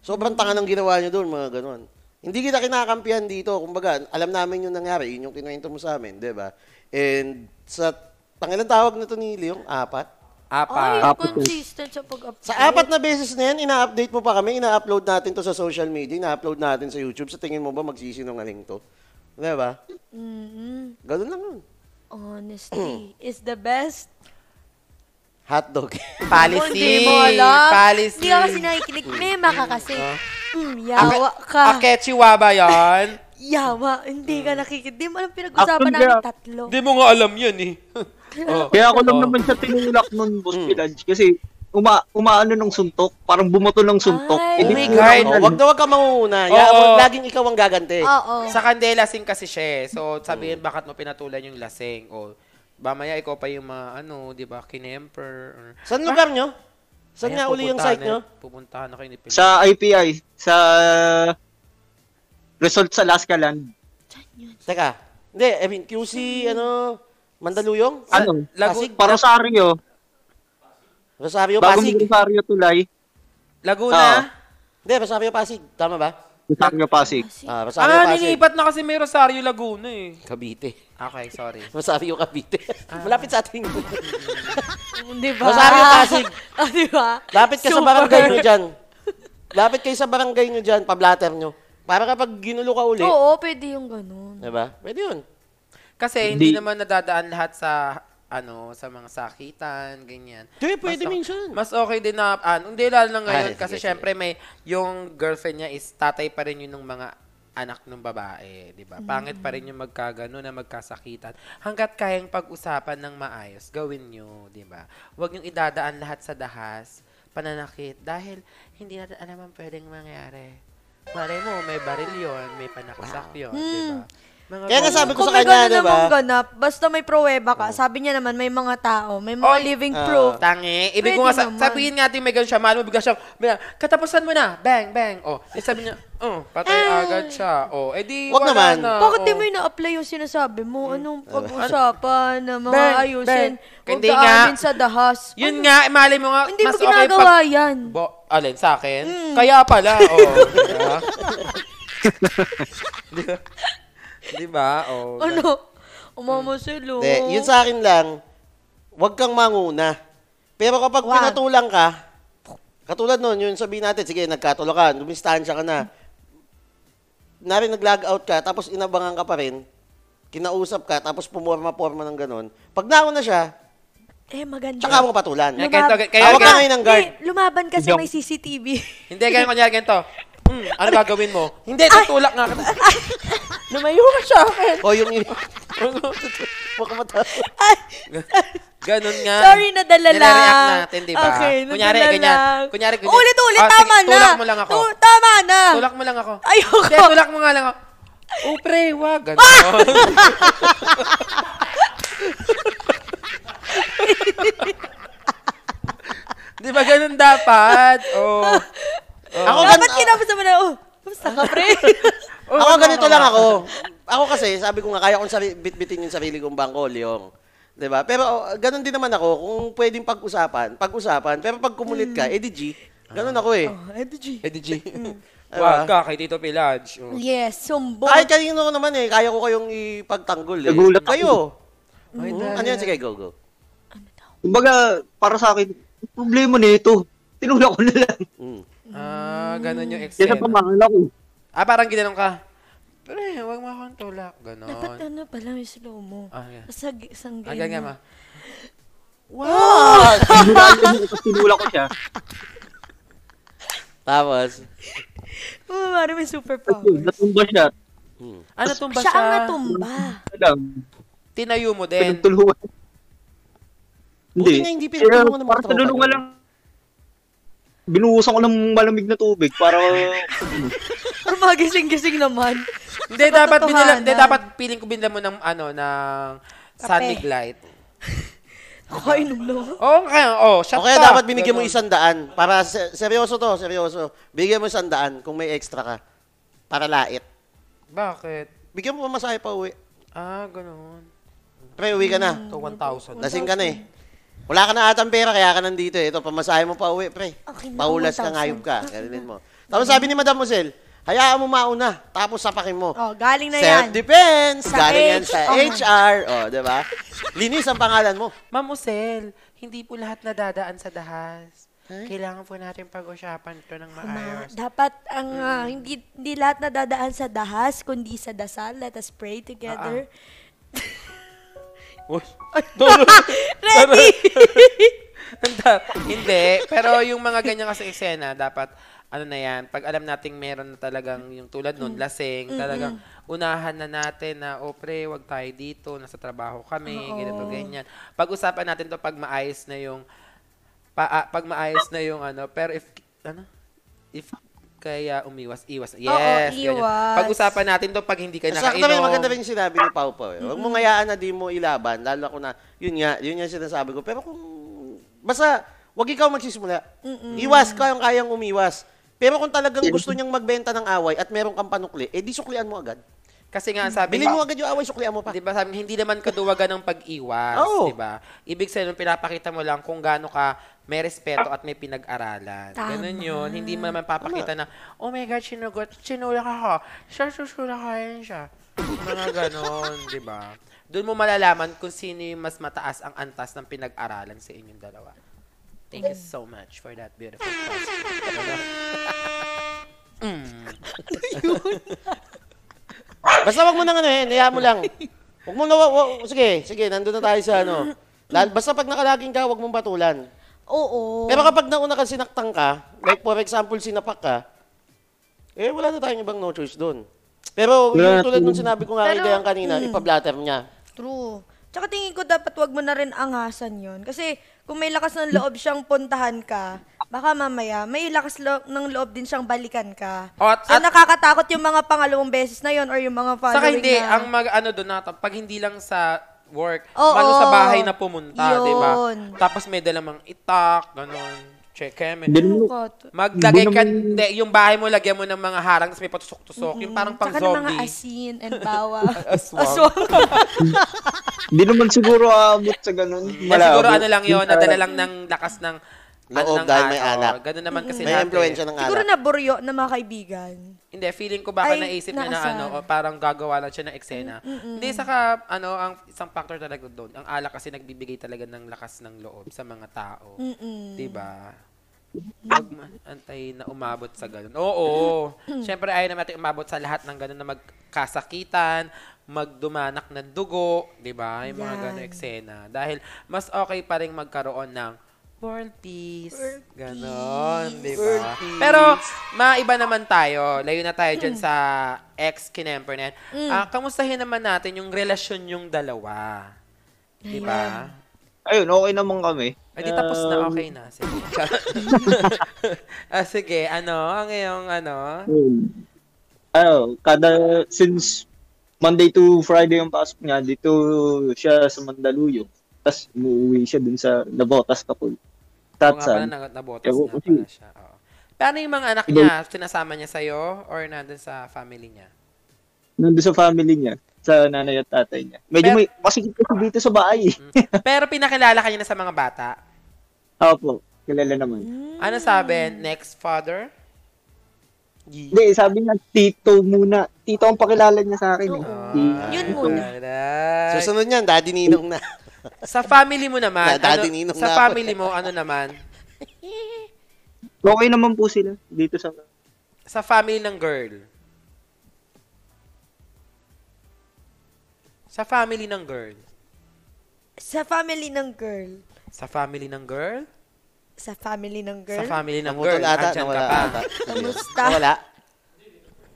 Speaker 3: Sobrang tanga ng ginawa nyo doon, mga ganon. Hindi kita kinakampihan dito. Kumbaga, alam namin yung nangyari. Yun yung kinuwento mo sa amin, diba? And sa, pangilan tawag na to ni Leong? Apat?
Speaker 2: Ay,
Speaker 1: Apa.
Speaker 2: consistent sa pag-upload.
Speaker 3: Sa apat na beses na yan, ina-update mo pa kami, ina-upload natin to sa social media, ina-upload natin sa YouTube. Sa tingin mo ba magsisinungaling to? Di ba?
Speaker 2: Mm-mm.
Speaker 3: Ganun lang yun.
Speaker 2: Honesty is the best.
Speaker 3: Hotdog.
Speaker 1: Policy.
Speaker 2: Hindi mo alam.
Speaker 1: Policy.
Speaker 2: Hindi ka kasi nakikinig. Mema ka kasi. Mm, yawa ka.
Speaker 1: Akechiwa ba yan?
Speaker 2: Yawa. Hindi
Speaker 3: Hmm.
Speaker 2: ka nakikinig. Hindi mo alam pinag-usapan
Speaker 4: Actually,
Speaker 2: namin
Speaker 4: ah,
Speaker 2: tatlo.
Speaker 1: Hindi mo nga alam yun eh. oh.
Speaker 4: Kaya ako lang
Speaker 1: Oh.
Speaker 4: naman siya tinulak nun, Boss
Speaker 3: Mm.
Speaker 4: Pilage, kasi uma umaano ng suntok, parang bumoto ng suntok.
Speaker 2: Ay.
Speaker 4: Eh, di
Speaker 1: Oh my
Speaker 4: ko
Speaker 1: God.
Speaker 4: alam.
Speaker 3: oh, wag na wag ka mangunguna.
Speaker 1: Oo.
Speaker 3: Yeah, wag- laging ikaw ang gagante.
Speaker 2: Oo.
Speaker 1: Sa kandela sing kasi siya eh. So sabihin bakit mo pinatulan yung lasing o mamaya ikaw pa yung mga ano, 'di ba, kinemper or
Speaker 3: Saan lugar nyo? Saan
Speaker 1: Ayan,
Speaker 3: nga uli yung
Speaker 1: pupuntahan
Speaker 3: site
Speaker 1: na-
Speaker 3: nyo?
Speaker 1: Pupuntahan na kayo ni Pilip.
Speaker 4: Sa IPI, sa result sa Alaska Land.
Speaker 3: Teka. Hindi, I mean, QC, ano, Mandaluyong?
Speaker 4: Ano?
Speaker 1: Lagu-
Speaker 3: Pasig?
Speaker 4: Parosario.
Speaker 3: Rosario,
Speaker 4: Bagong
Speaker 3: Pasig.
Speaker 4: Rosario tulay.
Speaker 1: Laguna.
Speaker 3: Hindi, Rosario, Pasig. Tama ba?
Speaker 4: Rosario Pasig.
Speaker 3: Ah, Rosario,
Speaker 1: ah,
Speaker 3: Pasig.
Speaker 1: nilipat na kasi may Rosario Laguna eh.
Speaker 3: Cavite.
Speaker 1: Okay, sorry.
Speaker 3: Rosario, Cavite.
Speaker 1: Ah.
Speaker 3: Malapit sa atin.
Speaker 2: Di ba?
Speaker 3: Rosario, Pasig.
Speaker 2: Ah, di ba?
Speaker 3: Lapit ka sa
Speaker 2: Super.
Speaker 3: barangay nyo dyan. Lapit kayo sa barangay nyo dyan, pablatter nyo. Para kapag ginulo ka uli,
Speaker 2: Oo, pwede yung ganun.
Speaker 3: diba? Pwede yun.
Speaker 1: Kasi hindi
Speaker 4: Hindi.
Speaker 1: naman nadadaan lahat sa ano, sa mga sakitan, ganyan.
Speaker 3: Hindi, pwede
Speaker 1: mas, o-
Speaker 3: minsan.
Speaker 1: Mas okay din na, ano, hindi lalo na ngayon
Speaker 3: Ay,
Speaker 1: kasi
Speaker 3: sige,
Speaker 1: syempre may, yung girlfriend niya is tatay pa rin yun ng mga anak ng babae, di
Speaker 3: Mm-hmm.
Speaker 1: ba? Pangit pa rin yung magkagano na magkasakitan. Hanggat kayang pag-usapan ng maayos, gawin nyo, di ba? Huwag niyong idadaan lahat sa dahas, pananakit, dahil hindi natin alam ang pwedeng mangyari. Malay mo, may baril yun, may panaksak yun, di ba? Mga
Speaker 3: Hmm. Kaya nga
Speaker 1: ganun.
Speaker 3: sabi ko
Speaker 2: Kung
Speaker 3: sa
Speaker 2: may
Speaker 3: kanya,
Speaker 2: gano'n
Speaker 3: di
Speaker 2: namang
Speaker 3: ba? Oh.
Speaker 2: ganap, basta may proweba ka, sabi niya naman may mga tao, may mga
Speaker 1: Oy,
Speaker 2: living
Speaker 3: ah.
Speaker 2: proof.
Speaker 1: Tangi. Ibig ko
Speaker 2: Pwede
Speaker 1: nga, sa,
Speaker 2: naman.
Speaker 1: sabihin nga natin may ganun siya, mahal mo, bigla siyang, bigla, katapusan mo na, bang, bang. Oh, eh, sabi niya, oh, patay agad siya. Oh, edi,
Speaker 3: Wag
Speaker 1: wala
Speaker 3: naman.
Speaker 1: na.
Speaker 2: Ah. Bakit
Speaker 1: oh.
Speaker 2: di mo na-apply yung sinasabi mo? Anong
Speaker 3: Oh.
Speaker 2: pag-usapan na mga
Speaker 1: Ben,
Speaker 2: ayusin?
Speaker 1: Ben.
Speaker 2: Huwag
Speaker 1: Hindi
Speaker 2: daanin
Speaker 1: nga.
Speaker 2: sa dahas. Ano
Speaker 1: Yun nga, eh, malay mo nga,
Speaker 2: Hindi mo
Speaker 1: mas okay
Speaker 2: ginagawa Mm.
Speaker 1: pag-
Speaker 2: yan.
Speaker 1: Bo, alin, sa akin? Kaya pala, oh. Diba? Di ba? Oh,
Speaker 2: Ano? Umama silo.
Speaker 3: Hindi, yun sa akin lang, wag kang manguna. Pero kapag
Speaker 2: Wag.
Speaker 3: pinatulang ka, katulad nun, yun sabihin natin, sige, nagkatulakan, dumistansya ka na. Nari nag-log out ka, tapos inabangan ka pa rin, kinausap ka, tapos pumorma-porma ng ganun. Pag nauna siya,
Speaker 2: Eh, maganda.
Speaker 3: tsaka mo patulan.
Speaker 1: Yan, ganito,
Speaker 2: Lumab-
Speaker 1: kaya-
Speaker 3: Tawag ka ngayon ng guard.
Speaker 2: Hindi, lumaban kasi
Speaker 4: Yup.
Speaker 2: may CCTV.
Speaker 1: Hindi, ganyan kunyari, ganito. Hmm, ano gagawin mo? Hindi, tutulak nga kita. Lumayo ka sa akin.
Speaker 3: O yung... Huwag ka matawa.
Speaker 1: Ganun nga.
Speaker 2: Sorry, nadala lang.
Speaker 1: Nire-react natin, di ba?
Speaker 2: Okay, nadala
Speaker 1: kunyari, ganyan.
Speaker 2: lang.
Speaker 1: Kunyari, ganyan.
Speaker 2: Ulit, ulit,
Speaker 1: Ah, sige,
Speaker 2: tama na.
Speaker 1: Tulak mo lang ako.
Speaker 2: Tu- tama na.
Speaker 1: Tulak mo lang ako.
Speaker 2: Ayoko. Ah!
Speaker 1: Hindi, tulak mo nga lang ako. Oh, pre, wag. Ganun. di ba ganun dapat? Oh.
Speaker 3: Ako,
Speaker 2: Dapat
Speaker 3: gan-
Speaker 2: kinapos naman na, oh, kamusta ka, pre?
Speaker 1: Oh,
Speaker 3: ako
Speaker 1: ano,
Speaker 3: ganito
Speaker 1: ano,
Speaker 3: lang
Speaker 1: ano.
Speaker 3: ako. Ako kasi, sabi ko nga, kaya kong sari- bitbitin yung sarili kong bangkol, yung. 'Di ba? Pero oh, ganun din naman ako, kung pwedeng pag-usapan, pag-usapan. Pero pag kumulit ka, edi G, ganun ako eh.
Speaker 2: oh, eto, G.
Speaker 1: Eddie G. Wag ka kay Tito Pilage. Oh.
Speaker 2: Yes, sumbong.
Speaker 3: Kahit kanino ko naman eh, kaya ko kayong ipagtanggol eh.
Speaker 4: Nagulat ako.
Speaker 3: Kayo. Mm. Ano yan? Sige, go, go.
Speaker 4: Kumbaga, para sa akin, problema nito. Tinulak ko na lang.
Speaker 3: Mm.
Speaker 1: Ah, ganun yung
Speaker 4: Yan
Speaker 1: eksena.
Speaker 4: ang pamahala ko.
Speaker 1: Ah, parang ginanong ka. Pre, wag mo akong tulak. Ganon.
Speaker 2: Dapat ano pala yung slow mo.
Speaker 1: Ah, yeah.
Speaker 2: Sa g- sanggay
Speaker 1: Ang ganyan
Speaker 2: mo.
Speaker 1: ma.
Speaker 4: Tinulak ko, tapos tinulak ko siya.
Speaker 3: Tapos,
Speaker 2: Oh, parang may
Speaker 4: Tapos
Speaker 2: superpower.
Speaker 4: yun, natumba siya.
Speaker 1: Ano tumba
Speaker 2: Siya
Speaker 1: siya?
Speaker 2: ang natumba.
Speaker 4: Alam,
Speaker 1: Tinayo mo din.
Speaker 4: pinagtulungan. Hindi.
Speaker 3: Buti nga hindi pinagtulungan ng mga
Speaker 4: Kaya, parang
Speaker 3: tropa
Speaker 4: tinulungan
Speaker 3: niya.
Speaker 4: lang. Binuhusan ko ng malamig na tubig para...
Speaker 2: Pero mga gising-gising naman.
Speaker 1: Hindi, dapat
Speaker 2: Katotohanan.
Speaker 1: binila, hindi, dapat piling ko binila mo ng, ano, ng Sunny Light.
Speaker 2: Nakainom na. ako.
Speaker 1: Oo, oh, kaya, oh, shut
Speaker 3: okay,
Speaker 1: up.
Speaker 3: dapat binigyan mo
Speaker 1: Ganon.
Speaker 3: isang daan. Para, se- seryoso to, seryoso. Bigyan mo isang daan kung may extra ka. Para lait.
Speaker 1: Bakit?
Speaker 3: Bigyan mo pamasahe pa uwi.
Speaker 1: Ah, ganun.
Speaker 3: Pre, uwi ka na.
Speaker 1: To 1,000.
Speaker 3: Lasing ka na eh. Wala ka na atang pera, kaya ka nandito eh. Ito, pamasahe mo pa uwi, pre.
Speaker 2: Okay na,
Speaker 3: Paulas ka,
Speaker 2: 1,000.
Speaker 3: ngayog ka. Ganun mo. Tapos sabi ni Madam Mosel, hayaan mo mauna, tapos sapakin mo.
Speaker 2: Oh, galing na yan.
Speaker 3: Self-defense.
Speaker 2: Sa
Speaker 3: Galing yan
Speaker 2: H.
Speaker 3: sa
Speaker 2: Oh my-
Speaker 3: HR. O, oh, di ba? Linis ang pangalan mo.
Speaker 1: Ma'am Usel, hindi po lahat nadadaan sa dahas. Kailangan po natin pag-usapan to ng
Speaker 2: Ma,
Speaker 1: maayos.
Speaker 2: dapat ang ah, hindi hindi lahat nadadaan sa dahas kundi sa dasal. Let us pray together.
Speaker 1: Uy.
Speaker 2: Ready?
Speaker 1: Hindi- Hindi. Pero yung mga ganyan kasi eksena, dapat, ano na yan, pag alam nating meron na talagang yung tulad
Speaker 2: Mm.
Speaker 1: nun, lasing, talagang unahan na natin na, oh pre, wag tayo dito, nasa trabaho kami, ganito, ganyan. Pag-usapan natin to pag maayos na yung, pa, ah, pag maayos na yung ano, pero if, ano, if kaya umiwas, iwas. Yes, ganyan.
Speaker 2: iwas.
Speaker 1: Pag-usapan natin to pag hindi ka
Speaker 3: Sakto rin,
Speaker 1: nakainom.
Speaker 3: maganda rin yung sinabi ni Pau Pau. Eh. Huwag mong hayaan na di mo ilaban, lalo ako na, yun nga, yun nga yung sinasabi ko. Pero kung, basta, wag ikaw magsisimula. Iwas ka yung kayang umiwas. Pero kung talagang gusto niyang magbenta ng away at meron kang panukli, eh di suklian mo agad.
Speaker 1: Kasi nga, ang sabi
Speaker 3: Bilhin mo agad yung away, suklian mo pa.
Speaker 1: Di ba sabi, niya, hindi naman kaduwagan ng pag-iwas,
Speaker 3: Oo.
Speaker 1: di ba? Ibig sabihin, pinapakita mo lang kung gaano ka may respeto at may pinag-aralan. Ganun yun. Hindi mo naman papakita na, oh my God, sinugot, sinulak ako. Siya, susulakayan siya. Mga ganun, di ba? Doon mo malalaman kung sino yung mas mataas ang antas ng pinag-aralan sa inyong dalawa. Thank you so much for that beautiful question.
Speaker 3: Basta wag mo nang ano eh, hayaan mo lang. Wag mo na, wa- wa- sige, sige, nandun na tayo sa ano. Lal- Basta pag nakalaging ka, wag mong batulan.
Speaker 2: ah. Oo.
Speaker 3: Pero kapag nauna ka sinaktan ka, like for example, sinapak ka, eh wala na tayong ibang no choice doon. Pero
Speaker 4: Wala
Speaker 3: yung
Speaker 4: na
Speaker 3: tulad
Speaker 4: to.
Speaker 3: nung sinabi ko nga
Speaker 2: Pero,
Speaker 3: kay
Speaker 2: mm.
Speaker 3: Dayan kanina, ipablatter niya.
Speaker 2: True. Tsaka tingin ko dapat wag mo na rin angasan yon Kasi kung may lakas ng loob siyang puntahan ka, baka mamaya may lakas lo- ng loob din siyang balikan ka.
Speaker 1: Oh, At-
Speaker 2: so
Speaker 1: at-
Speaker 2: nakakatakot yung mga pangalawang beses na yon or yung mga following
Speaker 1: Saka hindi,
Speaker 2: na,
Speaker 1: ang mag, ano doon nata, pag hindi lang sa work,
Speaker 2: Oo.
Speaker 1: malo sa bahay na pumunta,
Speaker 2: Yun.
Speaker 1: di ba? Tapos may dalamang itak, ganun, check em.
Speaker 4: Hindi naman-
Speaker 2: Nakakatakot.
Speaker 1: Maglagay
Speaker 4: Hindi
Speaker 1: ka,
Speaker 4: naman-
Speaker 1: hindi, yung bahay mo, lagyan mo ng mga harang, tapos may patusok-tusok, yung parang pang
Speaker 2: Saka Mm-hmm. ng mga
Speaker 1: zombie.
Speaker 2: asin and bawa.
Speaker 1: Aswang.
Speaker 4: Hindi naman siguro aabot sa ganun.
Speaker 1: Yan siguro
Speaker 4: Malabo.
Speaker 1: ano lang yun,
Speaker 4: Yung
Speaker 1: nadala
Speaker 4: parang-
Speaker 1: lang ng lakas ng
Speaker 3: Loob
Speaker 1: ng
Speaker 3: dahil may
Speaker 1: oo,
Speaker 3: anak.
Speaker 1: Ganun naman
Speaker 2: Mm-hmm.
Speaker 1: kasi
Speaker 3: May
Speaker 1: dati.
Speaker 3: impluensya ng
Speaker 2: Siguro
Speaker 3: anak.
Speaker 2: na buryo ng mga kaibigan.
Speaker 1: Hindi, feeling ko baka
Speaker 2: Ay,
Speaker 1: naisip niya na
Speaker 2: naasar.
Speaker 1: ano, o parang gagawa lang siya ng eksena. Hindi, saka ano, ang isang factor talaga doon, ang alak kasi nagbibigay talaga ng lakas ng loob sa mga tao.
Speaker 2: Mm-mm.
Speaker 1: Diba? Huwag ma- antayin na umabot sa ganun. Oo. Siyempre, ayaw naman natin umabot sa lahat ng ganun na magkasakitan, magdumanak ng dugo, di ba? Yung mga
Speaker 2: Yan.
Speaker 1: ganun eksena. Dahil mas okay pa rin magkaroon ng world peace. Ganon, di ba? Pero, maiba naman tayo. Layo na tayo dyan sa ex kinempernet. Ah, kamustahin naman natin yung relasyon yung dalawa. Di ba?
Speaker 4: Ayun, okay naman kami.
Speaker 1: Ay, di tapos na. Okay na. Sige. ah, sige. Ano? Ang iyong ano?
Speaker 4: Ayun. Ano, kada, since Monday to Friday yung pasok niya, dito siya sa Mandaluyong. Tapos umuwi siya dun sa Navotas Kapul.
Speaker 1: Kung nga pala
Speaker 4: Tatsan.
Speaker 1: nag- nabotas
Speaker 4: Ewan
Speaker 1: na
Speaker 4: ko
Speaker 1: pala siya. Oo. Paano yung mga anak niya? Sinasama niya sa'yo? Or nandun sa family niya?
Speaker 4: Nandun sa family niya, sa nanay at tatay niya. Medyo
Speaker 1: Pero-
Speaker 4: may, kasi kasi dito sa bahay. eh.
Speaker 2: Mm.
Speaker 1: Pero pinakilala ka niya na sa mga bata.
Speaker 4: Opo, kilala naman.
Speaker 1: Ano sabi? Next father?
Speaker 4: Hindi, sabi niya, tito muna. Tito ang pakilala niya sa akin. eh. Tito.
Speaker 2: Ah, Yun
Speaker 1: Ay,
Speaker 2: muna.
Speaker 1: taray.
Speaker 3: Susunod niyan, daddy ninong na.
Speaker 1: Sa family mo naman.
Speaker 3: Daddy
Speaker 1: ano-
Speaker 3: Ninong
Speaker 1: sa
Speaker 3: na ako.
Speaker 1: family mo, ano naman?
Speaker 4: Okay naman po sila dito sa...
Speaker 1: Sa family ng girl. Sa family ng girl.
Speaker 2: Sa family ng girl.
Speaker 1: Sa family ng girl?
Speaker 2: Sa family ng
Speaker 1: Sa
Speaker 2: girl.
Speaker 1: family ng
Speaker 3: Namutol
Speaker 1: girl,
Speaker 3: ata,
Speaker 1: andyan
Speaker 3: nawala
Speaker 1: ka pa.
Speaker 3: ata.
Speaker 2: Kamusta?
Speaker 3: Nawala.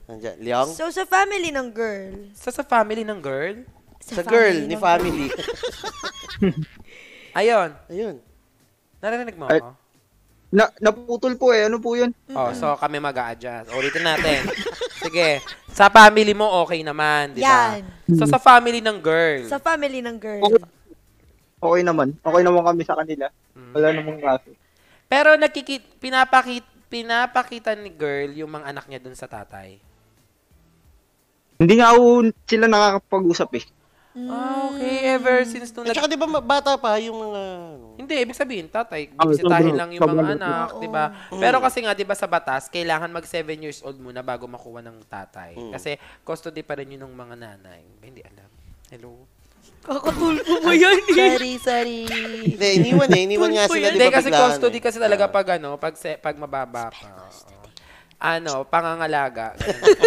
Speaker 3: Nandiyan, Leong?
Speaker 2: So, sa family ng girl.
Speaker 1: So, sa family ng girl,
Speaker 3: Sa, girl,
Speaker 2: family
Speaker 3: ni
Speaker 2: ng-
Speaker 3: family.
Speaker 1: ayun,
Speaker 3: Ayun.
Speaker 1: narinig mo
Speaker 4: Ay-
Speaker 1: ako?
Speaker 4: Na, naputol po eh. Ano po yun?
Speaker 1: Oh, so kami mag-a-adjust. Oh, Ulitin natin. Sige. Sa family mo, okay naman, di ba?
Speaker 2: Yan.
Speaker 1: So, sa family ng girl.
Speaker 2: Sa family ng girl.
Speaker 4: Okay. Okay naman. Okay naman kami sa kanila.
Speaker 2: Mm.
Speaker 4: Wala namang kaso.
Speaker 1: Pero nakikit, pinapakit, pinapakita ni girl yung mga anak niya dun sa tatay.
Speaker 4: Hindi nga ho sila nakakapag-usap eh.
Speaker 2: Mm.
Speaker 1: Ah, Okay, ever since nung
Speaker 3: At
Speaker 1: nag-
Speaker 3: saka di ba ma- bata pa yung mga... ano,
Speaker 1: Hindi, ibig sabihin, tatay,
Speaker 4: Ah,
Speaker 1: bisitahin
Speaker 4: sobrang-
Speaker 1: lang yung mga
Speaker 4: sobrang-
Speaker 1: anak, di ba? Pero kasi nga, di ba, sa batas, kailangan mag 7 years old muna bago makuha ng tatay. Kasi custody pa rin yun ng mga nanay. Hindi alam. Hello?
Speaker 2: Kakatulpo mo yan eh.
Speaker 1: sorry.
Speaker 3: Hindi, iniwan eh. Iniwan nga sila, di
Speaker 1: Hindi,
Speaker 3: ba?
Speaker 1: kasi
Speaker 3: biglaan
Speaker 1: custody
Speaker 3: eh.
Speaker 1: kasi talaga pag ano, pag, se- pag mababa pa. Oo. Ano, pangangalaga.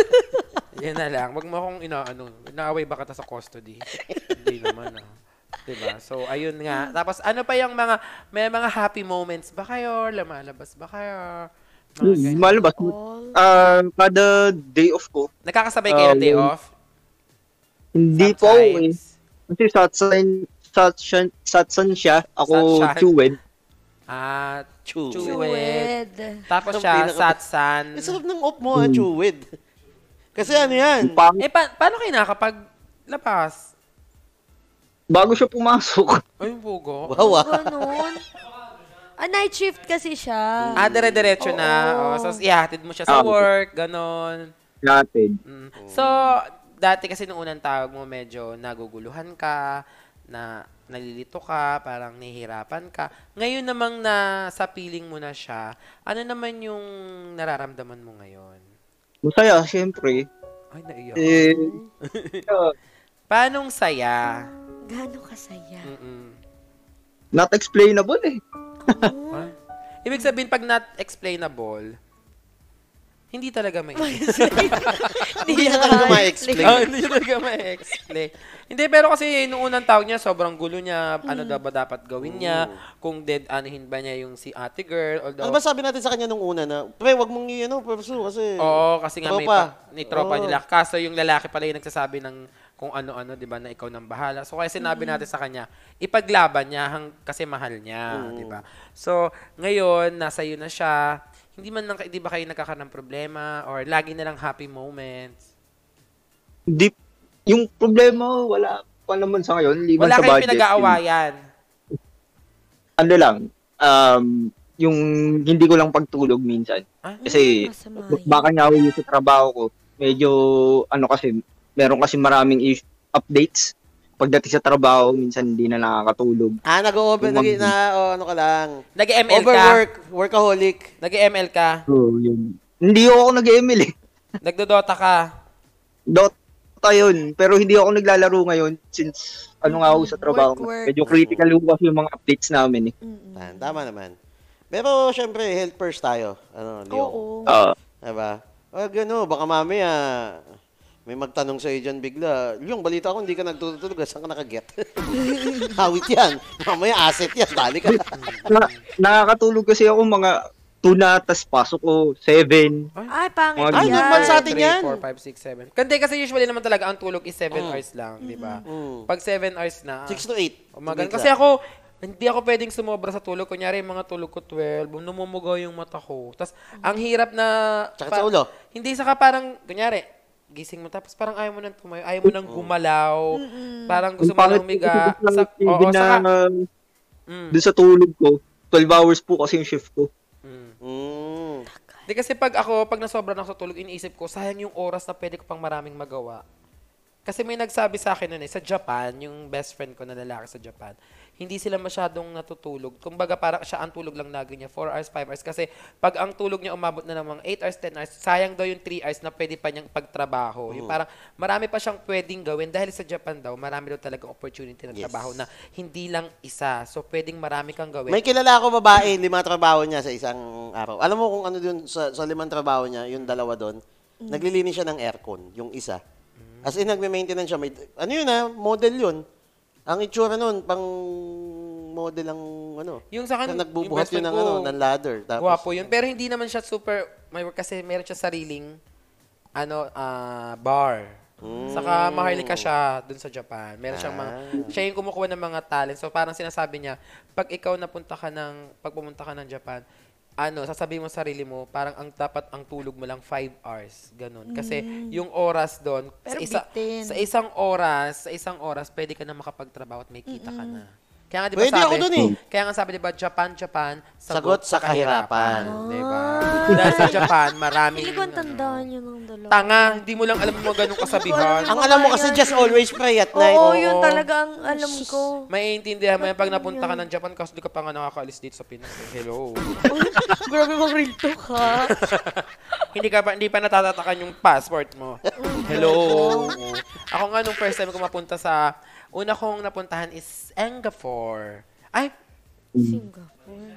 Speaker 1: Yan na lang. Wag mo akong ano, inaano. Naaway ba kita sa custody? Hindi naman ah. 'Di ba? So, ayun nga. Tapos, ano pa yung mga, may mga happy moments ba kayo? Lumalabas ba kayo?
Speaker 2: Ah,
Speaker 1: Mga ganyan.
Speaker 4: Hmm, Malabas.
Speaker 2: All.
Speaker 4: Ah, kada day off ko,
Speaker 1: Nakakasabay kayo ng day
Speaker 4: Um,
Speaker 1: off?
Speaker 4: hindi po eh.
Speaker 1: Sometimes.
Speaker 4: Kasi satsan, satsan, satsan siya. Ako
Speaker 1: Satsan.
Speaker 4: chewed.
Speaker 1: Ah,
Speaker 3: Chew.
Speaker 1: Chewed.
Speaker 2: Suwed.
Speaker 1: Tapos
Speaker 3: Ang
Speaker 1: siya,
Speaker 3: pinaka-
Speaker 1: satsan.
Speaker 3: Ang sarap ng off mo, ah, chewed. Kasi ano yan?
Speaker 4: Pang,
Speaker 1: Eh, pa- paano kayo nakapaglabas?
Speaker 4: bago siya pumasok.
Speaker 1: Ay, bugo.
Speaker 3: Wow, ah.
Speaker 2: Ganun. A Ah, night shift kasi siya.
Speaker 1: Ah, dire-diretso na. Oh, so, ihatid mo siya sa
Speaker 4: Ah, okay.
Speaker 1: work, ganon.
Speaker 4: Natin.
Speaker 1: Mm. So, dati kasi nung unang tawag mo, medyo naguguluhan ka, na nalilito ka, parang nahihirapan ka. Ngayon namang na sa piling mo na siya, ano naman yung nararamdaman mo ngayon?
Speaker 4: Masaya, syempre.
Speaker 1: Ay, naiyak.
Speaker 4: Eh,
Speaker 1: Paanong saya?
Speaker 2: Gano'ng
Speaker 1: Ah.
Speaker 2: kasaya.
Speaker 1: Mm-mm.
Speaker 4: not explainable eh.
Speaker 1: Ah. Ibig sabihin, pag not explainable, hindi talaga may
Speaker 3: Hindi na talaga ma-explain.
Speaker 1: Ah, hindi talaga ma-explain. hindi, pero kasi nung unang tawag niya, sobrang gulo niya. Ano daw ba dapat gawin niya? Kung dead anuhin ba niya yung si ate girl? Although,
Speaker 3: Ano ba sabi natin sa kanya nung una na, pre, wag mong i-ano, perso, kasi...
Speaker 1: Oo, kasi nga may
Speaker 3: Tropa.
Speaker 1: pa, ni tropa
Speaker 3: Oo.
Speaker 1: nila. Kaso yung lalaki pala yung nagsasabi ng kung ano-ano, di ba, na ikaw nang bahala. So, kaya sinabi
Speaker 3: Mm.
Speaker 1: natin sa kanya, ipaglaban niya hang, kasi mahal niya, di ba? So, ngayon, nasa iyo na siya. Hindi man lang, ka- di ba kayo nagkakaroon ng problema or lagi na lang happy moments?
Speaker 4: Di, yung problema, wala pa naman sa ngayon. Liban
Speaker 1: Wala
Speaker 4: sa
Speaker 1: kayong
Speaker 4: budget.
Speaker 1: pinag-aawayan.
Speaker 4: Yung, ano lang, um, yung hindi ko lang pagtulog minsan.
Speaker 1: Ah,
Speaker 4: Kasi,
Speaker 2: masama yun.
Speaker 4: baka nga ako yung sa trabaho ko, medyo, ano kasi, meron kasi maraming is- updates. Pagdating sa trabaho, minsan hindi na nakakatulog.
Speaker 3: Ah, nag-over,
Speaker 4: Yung
Speaker 3: nag
Speaker 4: mag-
Speaker 3: na, o ano ka lang.
Speaker 1: Nag-ML ka?
Speaker 3: Overwork, workaholic.
Speaker 1: Nag-ML ka?
Speaker 4: So, yun. Hindi ako nag-ML eh.
Speaker 1: Nagdodota ka?
Speaker 4: Dota yun. Pero hindi ako naglalaro ngayon since ano nga ako
Speaker 1: Mm,
Speaker 4: sa trabaho. ko.
Speaker 2: Work, work.
Speaker 4: Medyo critical ko kasi yung mga updates namin eh.
Speaker 2: Mm-mm.
Speaker 3: Yan, tama naman. Pero syempre, health first tayo. Ano, Leo?
Speaker 2: Oo.
Speaker 4: Ah,
Speaker 3: Diba? O gano, baka mamaya may magtanong sa dyan bigla. Yung balita ko, hindi ka nagtutulog. Saan ka nakaget? Hawit yan. Mamaya asset yan. Bali ka.
Speaker 4: na, nakakatulog kasi ako mga 2 na, tas pasok ko 7.
Speaker 2: Ay, pangit
Speaker 4: Ay,
Speaker 2: yan.
Speaker 3: normal sa atin yan.
Speaker 1: 3, 4, 5, 6, 7. Kasi kasi usually naman talaga ang tulog is 7 hours lang, di ba?
Speaker 3: Mm.
Speaker 1: Pag 7 hours na,
Speaker 3: 6 to 8.
Speaker 1: umagan. Oh, Kasi ako, hindi ako pwedeng sumobra sa tulog. Kunyari, mga tulog ko 12, namumugaw yung mata ko. Tapos, ang hirap na...
Speaker 3: Sakit sa ulo?
Speaker 1: Hindi, saka parang, kunyari, gising mo, tapos parang ayaw mo nang tumayo, ayaw mo nang gumalaw, parang gusto mo
Speaker 4: Ang
Speaker 1: nang
Speaker 4: pangit
Speaker 1: umiga. Sa,
Speaker 4: kasi ng
Speaker 1: oo,
Speaker 4: TV na,
Speaker 1: saka,
Speaker 4: ah,
Speaker 1: Mm.
Speaker 4: dun sa tulog ko, 12 hours po kasi yung shift ko.
Speaker 1: Mm.
Speaker 3: Mm.
Speaker 1: Di kasi pag ako, pag nasobra na ako sa tulog, iniisip ko, sayang yung oras na pwede ko pang maraming magawa. Kasi may nagsabi sa akin nun eh, sa Japan, yung best friend ko na lalaki sa Japan, hindi sila masyadong natutulog. Kumbaga parang siya ang tulog lang lagi niya, 4 hours, 5 hours. Kasi pag ang tulog niya umabot na ng mga 8 hours, 10 hours, sayang daw yung 3 hours na pwede pa niyang pagtrabaho.
Speaker 3: Mm.
Speaker 1: Yung parang marami pa siyang pwedeng gawin dahil sa Japan daw, marami daw talaga opportunity ng
Speaker 3: Yes.
Speaker 1: trabaho na hindi lang isa. So pwedeng marami kang gawin.
Speaker 3: May kilala ako babae, lima trabaho niya sa isang araw. Alam mo kung ano dun sa, sa limang trabaho niya, yung dalawa doon, naglilinis siya ng aircon, yung isa. As in, nagme-maintenance siya. May, ano yun ha? Model yun. Ang itsura nun, pang model ang ano.
Speaker 1: Yung sa akin,
Speaker 3: na nagbubuhat
Speaker 1: yung best
Speaker 3: yun ng,
Speaker 1: friend
Speaker 3: ano,
Speaker 1: ko,
Speaker 3: ng ladder. Tapos,
Speaker 1: Guwapo yun. Pero hindi naman siya super, may kasi meron siya sariling, ano, ah, bar. Saka
Speaker 3: Mm.
Speaker 1: maharlika siya dun sa Japan. Meron siyang mga,
Speaker 3: Ah.
Speaker 1: siya yung kumukuha ng mga talent. So parang sinasabi niya, pag ikaw napunta ka ng, pag pumunta ka ng Japan, ano, sasabihin mo sa sarili mo, parang ang dapat ang tulog mo lang 5 hours. Ganun. Kasi yung oras doon, sa,
Speaker 2: Mm. Pero
Speaker 1: isa,
Speaker 2: bitin.
Speaker 1: sa isang oras, sa isang oras, pwede ka na makapagtrabaho at may kita ka na. Kaya nga, di ba
Speaker 3: Pwede
Speaker 1: sabi,
Speaker 3: ako dun eh.
Speaker 1: kaya nga sabi, di ba, Japan, Japan,
Speaker 3: Sagot sa kahirapan.
Speaker 1: Di ba? Ah. Diba? Dahil sa Japan, maraming...
Speaker 2: Hindi ko ang tandaan yun ng dalawa.
Speaker 1: Tanga, hindi mo lang alam mo ganung kasabihan.
Speaker 3: ang alam mo kasi just always pray at night.
Speaker 2: Oo,
Speaker 1: Oo.
Speaker 2: yun talaga ang alam ko.
Speaker 1: Maiintindihan mo yan pag napunta ka ng Japan kasi di ka pa nga nakakaalis dito sa Pinas. eh. Hello.
Speaker 2: Grabe mong real talk, ha?
Speaker 1: hindi ka pa, hindi pa natatatakan yung passport mo. Hello. Ako nga nung first time ko mapunta sa, una kong napuntahan is Singapore. Ay,
Speaker 2: Singapore.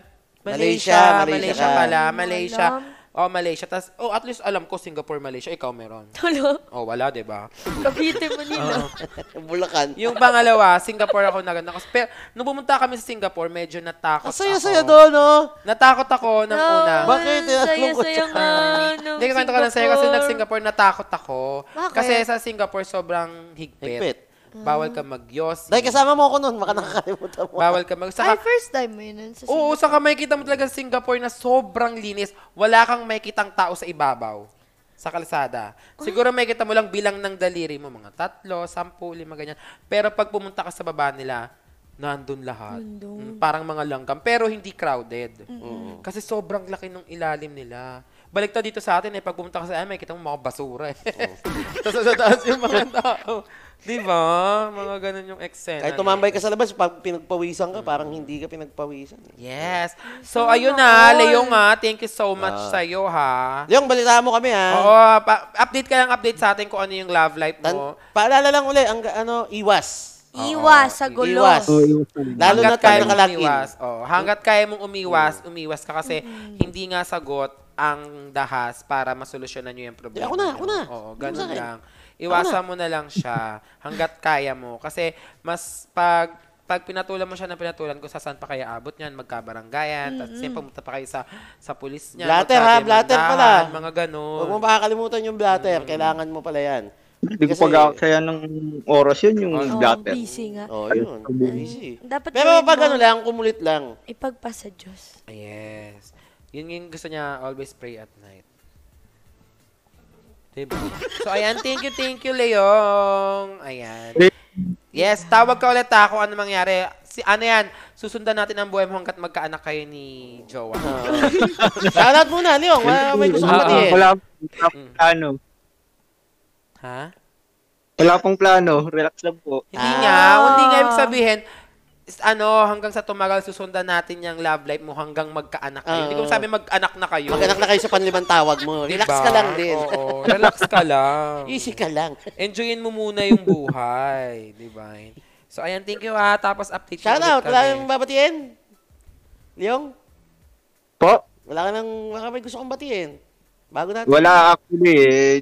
Speaker 1: Malaysia,
Speaker 3: Malaysia, Malaysia
Speaker 1: Malaysia
Speaker 3: ka.
Speaker 1: pala,
Speaker 2: Hindi mo
Speaker 1: Malaysia.
Speaker 2: alam.
Speaker 1: Oh, Malaysia. Tas, oh, at least alam ko Singapore, Malaysia. Ikaw meron.
Speaker 2: Hello?
Speaker 1: Oh, wala, di ba?
Speaker 2: Cavite, Manila.
Speaker 3: Bulacan.
Speaker 1: Yung pangalawa, Singapore ako naganda. Kasi, pero, nung pumunta kami sa Singapore, medyo natakot
Speaker 3: Ang saya-saya
Speaker 1: ako.
Speaker 3: doon, no?
Speaker 1: Natakot ako ng una.
Speaker 3: Bakit? Tinatanong ko
Speaker 2: Saya-saya
Speaker 3: siya.
Speaker 2: nga. ng
Speaker 1: Hindi ko kwento ko lang sa'yo kasi nag-Singapore natakot ako.
Speaker 2: Bakit?
Speaker 1: Kasi sa Singapore sobrang higpit.
Speaker 3: Higpit.
Speaker 1: Bawal ka magyosi.
Speaker 3: Dahil kasama mo ako noon, baka nakakalimutan mo.
Speaker 1: Bawal ka mag...
Speaker 2: Ay,
Speaker 1: Saka,
Speaker 2: first time mo yun. Sa
Speaker 1: oo, saka makikita mo talaga sa Singapore na sobrang linis. Wala kang makikitang tao sa ibabaw sa kalsada. Siguro makikita mo lang bilang ng daliri mo, mga tatlo, sampu, lima, ganyan. Pero pag pumunta ka sa baba nila, nandun lahat. Mm, parang mga langgam, pero hindi crowded. Kasi sobrang laki ng ilalim nila. Balik dito sa atin eh, pag pumunta ka sa amin, makikita mo mga basura eh. Tapos sa taas yung mga tao. Di ba? Mga ganun yung eksena.
Speaker 3: Kahit tumambay ka sa labas, pag pinagpawisan ka, parang hindi ka pinagpawisan. eh.
Speaker 1: Yes. So, ayun na, Leong ha. Thank you so much sa'yo ha.
Speaker 3: Leong, balita mo kami, ha?
Speaker 1: Oo, pa- update ka lang, update sa atin kung ano yung love life
Speaker 3: Tan-
Speaker 1: mo.
Speaker 3: Paalala lang uli, ang ano, iwas.
Speaker 2: Iwas sa gulo.
Speaker 3: Iwas.
Speaker 4: So, yung
Speaker 3: Lalo na tayo Mm.
Speaker 1: mong
Speaker 3: nakalakin.
Speaker 1: umiwas. Oh, hanggat kaya mong umiwas, umiwas ka kasi hindi nga sagot ang dahas para masolusyonan nyo yung problema.
Speaker 3: Eh, ako na,
Speaker 1: nyo.
Speaker 3: ako na.
Speaker 1: Oo,
Speaker 3: Ako
Speaker 1: ganun
Speaker 3: sa akin.
Speaker 1: lang. Iwasan mo na lang siya hanggat kaya mo. Kasi mas pag pag pinatulan mo siya ng pinatulan kung saan pa kaya abot niyan, magkabaranggayan, at siyempre pumunta pa kayo sa, sa pulis niya.
Speaker 3: Blatter, ha? Blatter pala.
Speaker 1: magkademandahan, Mga ganun.
Speaker 2: Mm.
Speaker 3: Huwag mo makakalimutan yung blatter. Kailangan mo pala yan.
Speaker 4: Hindi ko
Speaker 3: Kasi-
Speaker 4: pagkakaya ng oras yun, yung
Speaker 1: Ah,
Speaker 2: Oo,
Speaker 4: gutter.
Speaker 2: busy nga.
Speaker 3: Oh, yun. Easy.
Speaker 2: Dapat gawin
Speaker 3: Pero pag
Speaker 2: mo,
Speaker 3: ano lang, kumulit lang.
Speaker 2: Ipagpa sa Diyos.
Speaker 1: Yes. Yun yung gusto niya, always pray at night. Diba? So, ayan. Thank you, thank you, Leong. Ayan. Yes, tawag ka ulit ha kung ano mangyari. Si, ano yan, susundan natin ang buhay mo hanggat magkaanak kayo ni Jowa.
Speaker 3: Shoutout muna, Leong. Wala- May gusto
Speaker 1: Ah,
Speaker 3: ko
Speaker 4: Wala,
Speaker 3: batiin.
Speaker 4: wala
Speaker 1: Mm.
Speaker 4: pang plano.
Speaker 1: ha?
Speaker 4: Wala pang plano. Relax lang po.
Speaker 1: Hindi
Speaker 3: Ah.
Speaker 1: nga. Hindi nga ibig sabihin, is- ano, hanggang sa tumagal, susundan natin yung love life mo hanggang magkaanak kayo. Hindi ko
Speaker 3: Oo.
Speaker 1: sabi mag-anak na kayo.
Speaker 3: Ah. Mag-anak na kayo sa panlimang tawag mo. Relax
Speaker 1: Diba?
Speaker 3: ka lang din.
Speaker 1: Oo, relax ka lang.
Speaker 3: Easy ka lang.
Speaker 1: Enjoyin mo muna yung buhay, di ba? So, ayan, thank you ha. Tapos update ka
Speaker 3: Shoutout.
Speaker 1: ulit
Speaker 3: Wala
Speaker 1: kami.
Speaker 3: nang babatiin. Leong,
Speaker 4: Po?
Speaker 3: wala ka nang baka may gusto kong batiin. Bago natin.
Speaker 4: Wala actually eh.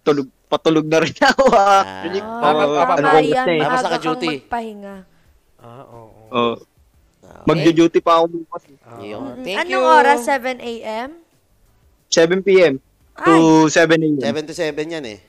Speaker 4: Tulog, patulog na rin ako actually.
Speaker 3: Ah.
Speaker 4: Oo,
Speaker 1: Tama,
Speaker 4: ano
Speaker 1: tama
Speaker 4: ko
Speaker 2: yan.
Speaker 4: kasi.
Speaker 3: Tama sa
Speaker 2: Aga kang
Speaker 3: ka-duty.
Speaker 2: magpahinga.
Speaker 1: Ah, oo.
Speaker 4: Oo.
Speaker 3: Ah, Okay.
Speaker 4: Magjo-duty Oh, pa ako bukas. eh.
Speaker 1: Ah,
Speaker 3: Yun.
Speaker 1: oo.
Speaker 2: Mm, Anong oras? 7 a.m.?
Speaker 4: 7 p.m.
Speaker 2: Ay,
Speaker 4: to 7 a.m.
Speaker 3: 7 to 7 yan eh.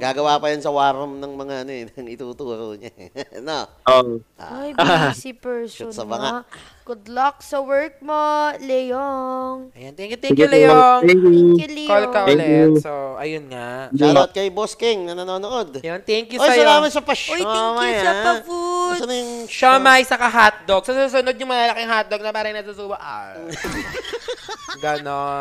Speaker 3: Gagawa pa yan sa war room ng mga ano eh, ng ituturo niya. eh. no.
Speaker 4: Oo.
Speaker 2: ay busy person
Speaker 3: Shoot sa
Speaker 2: nga.
Speaker 3: banga.
Speaker 2: Good luck sa work mo, Leong.
Speaker 1: Ayan, thank you, thank you,
Speaker 4: Sige po.
Speaker 1: Leong.
Speaker 4: Thank you.
Speaker 2: Thank you, Leong.
Speaker 1: Call ka
Speaker 4: Thank
Speaker 1: ulit.
Speaker 4: you.
Speaker 1: So, ayun nga.
Speaker 3: Shoutout kay Boss King na nanonood.
Speaker 1: Ayan, thank you
Speaker 3: Oy, salamat
Speaker 1: sa'yo.
Speaker 3: sa Oh, pa-show.
Speaker 2: Uy, thank you sa pa-food.
Speaker 3: Saan yung
Speaker 1: Siomay saka hotdog. Sa susunod yung malalaking hotdog na parang natusuwa. Ah. Ganon.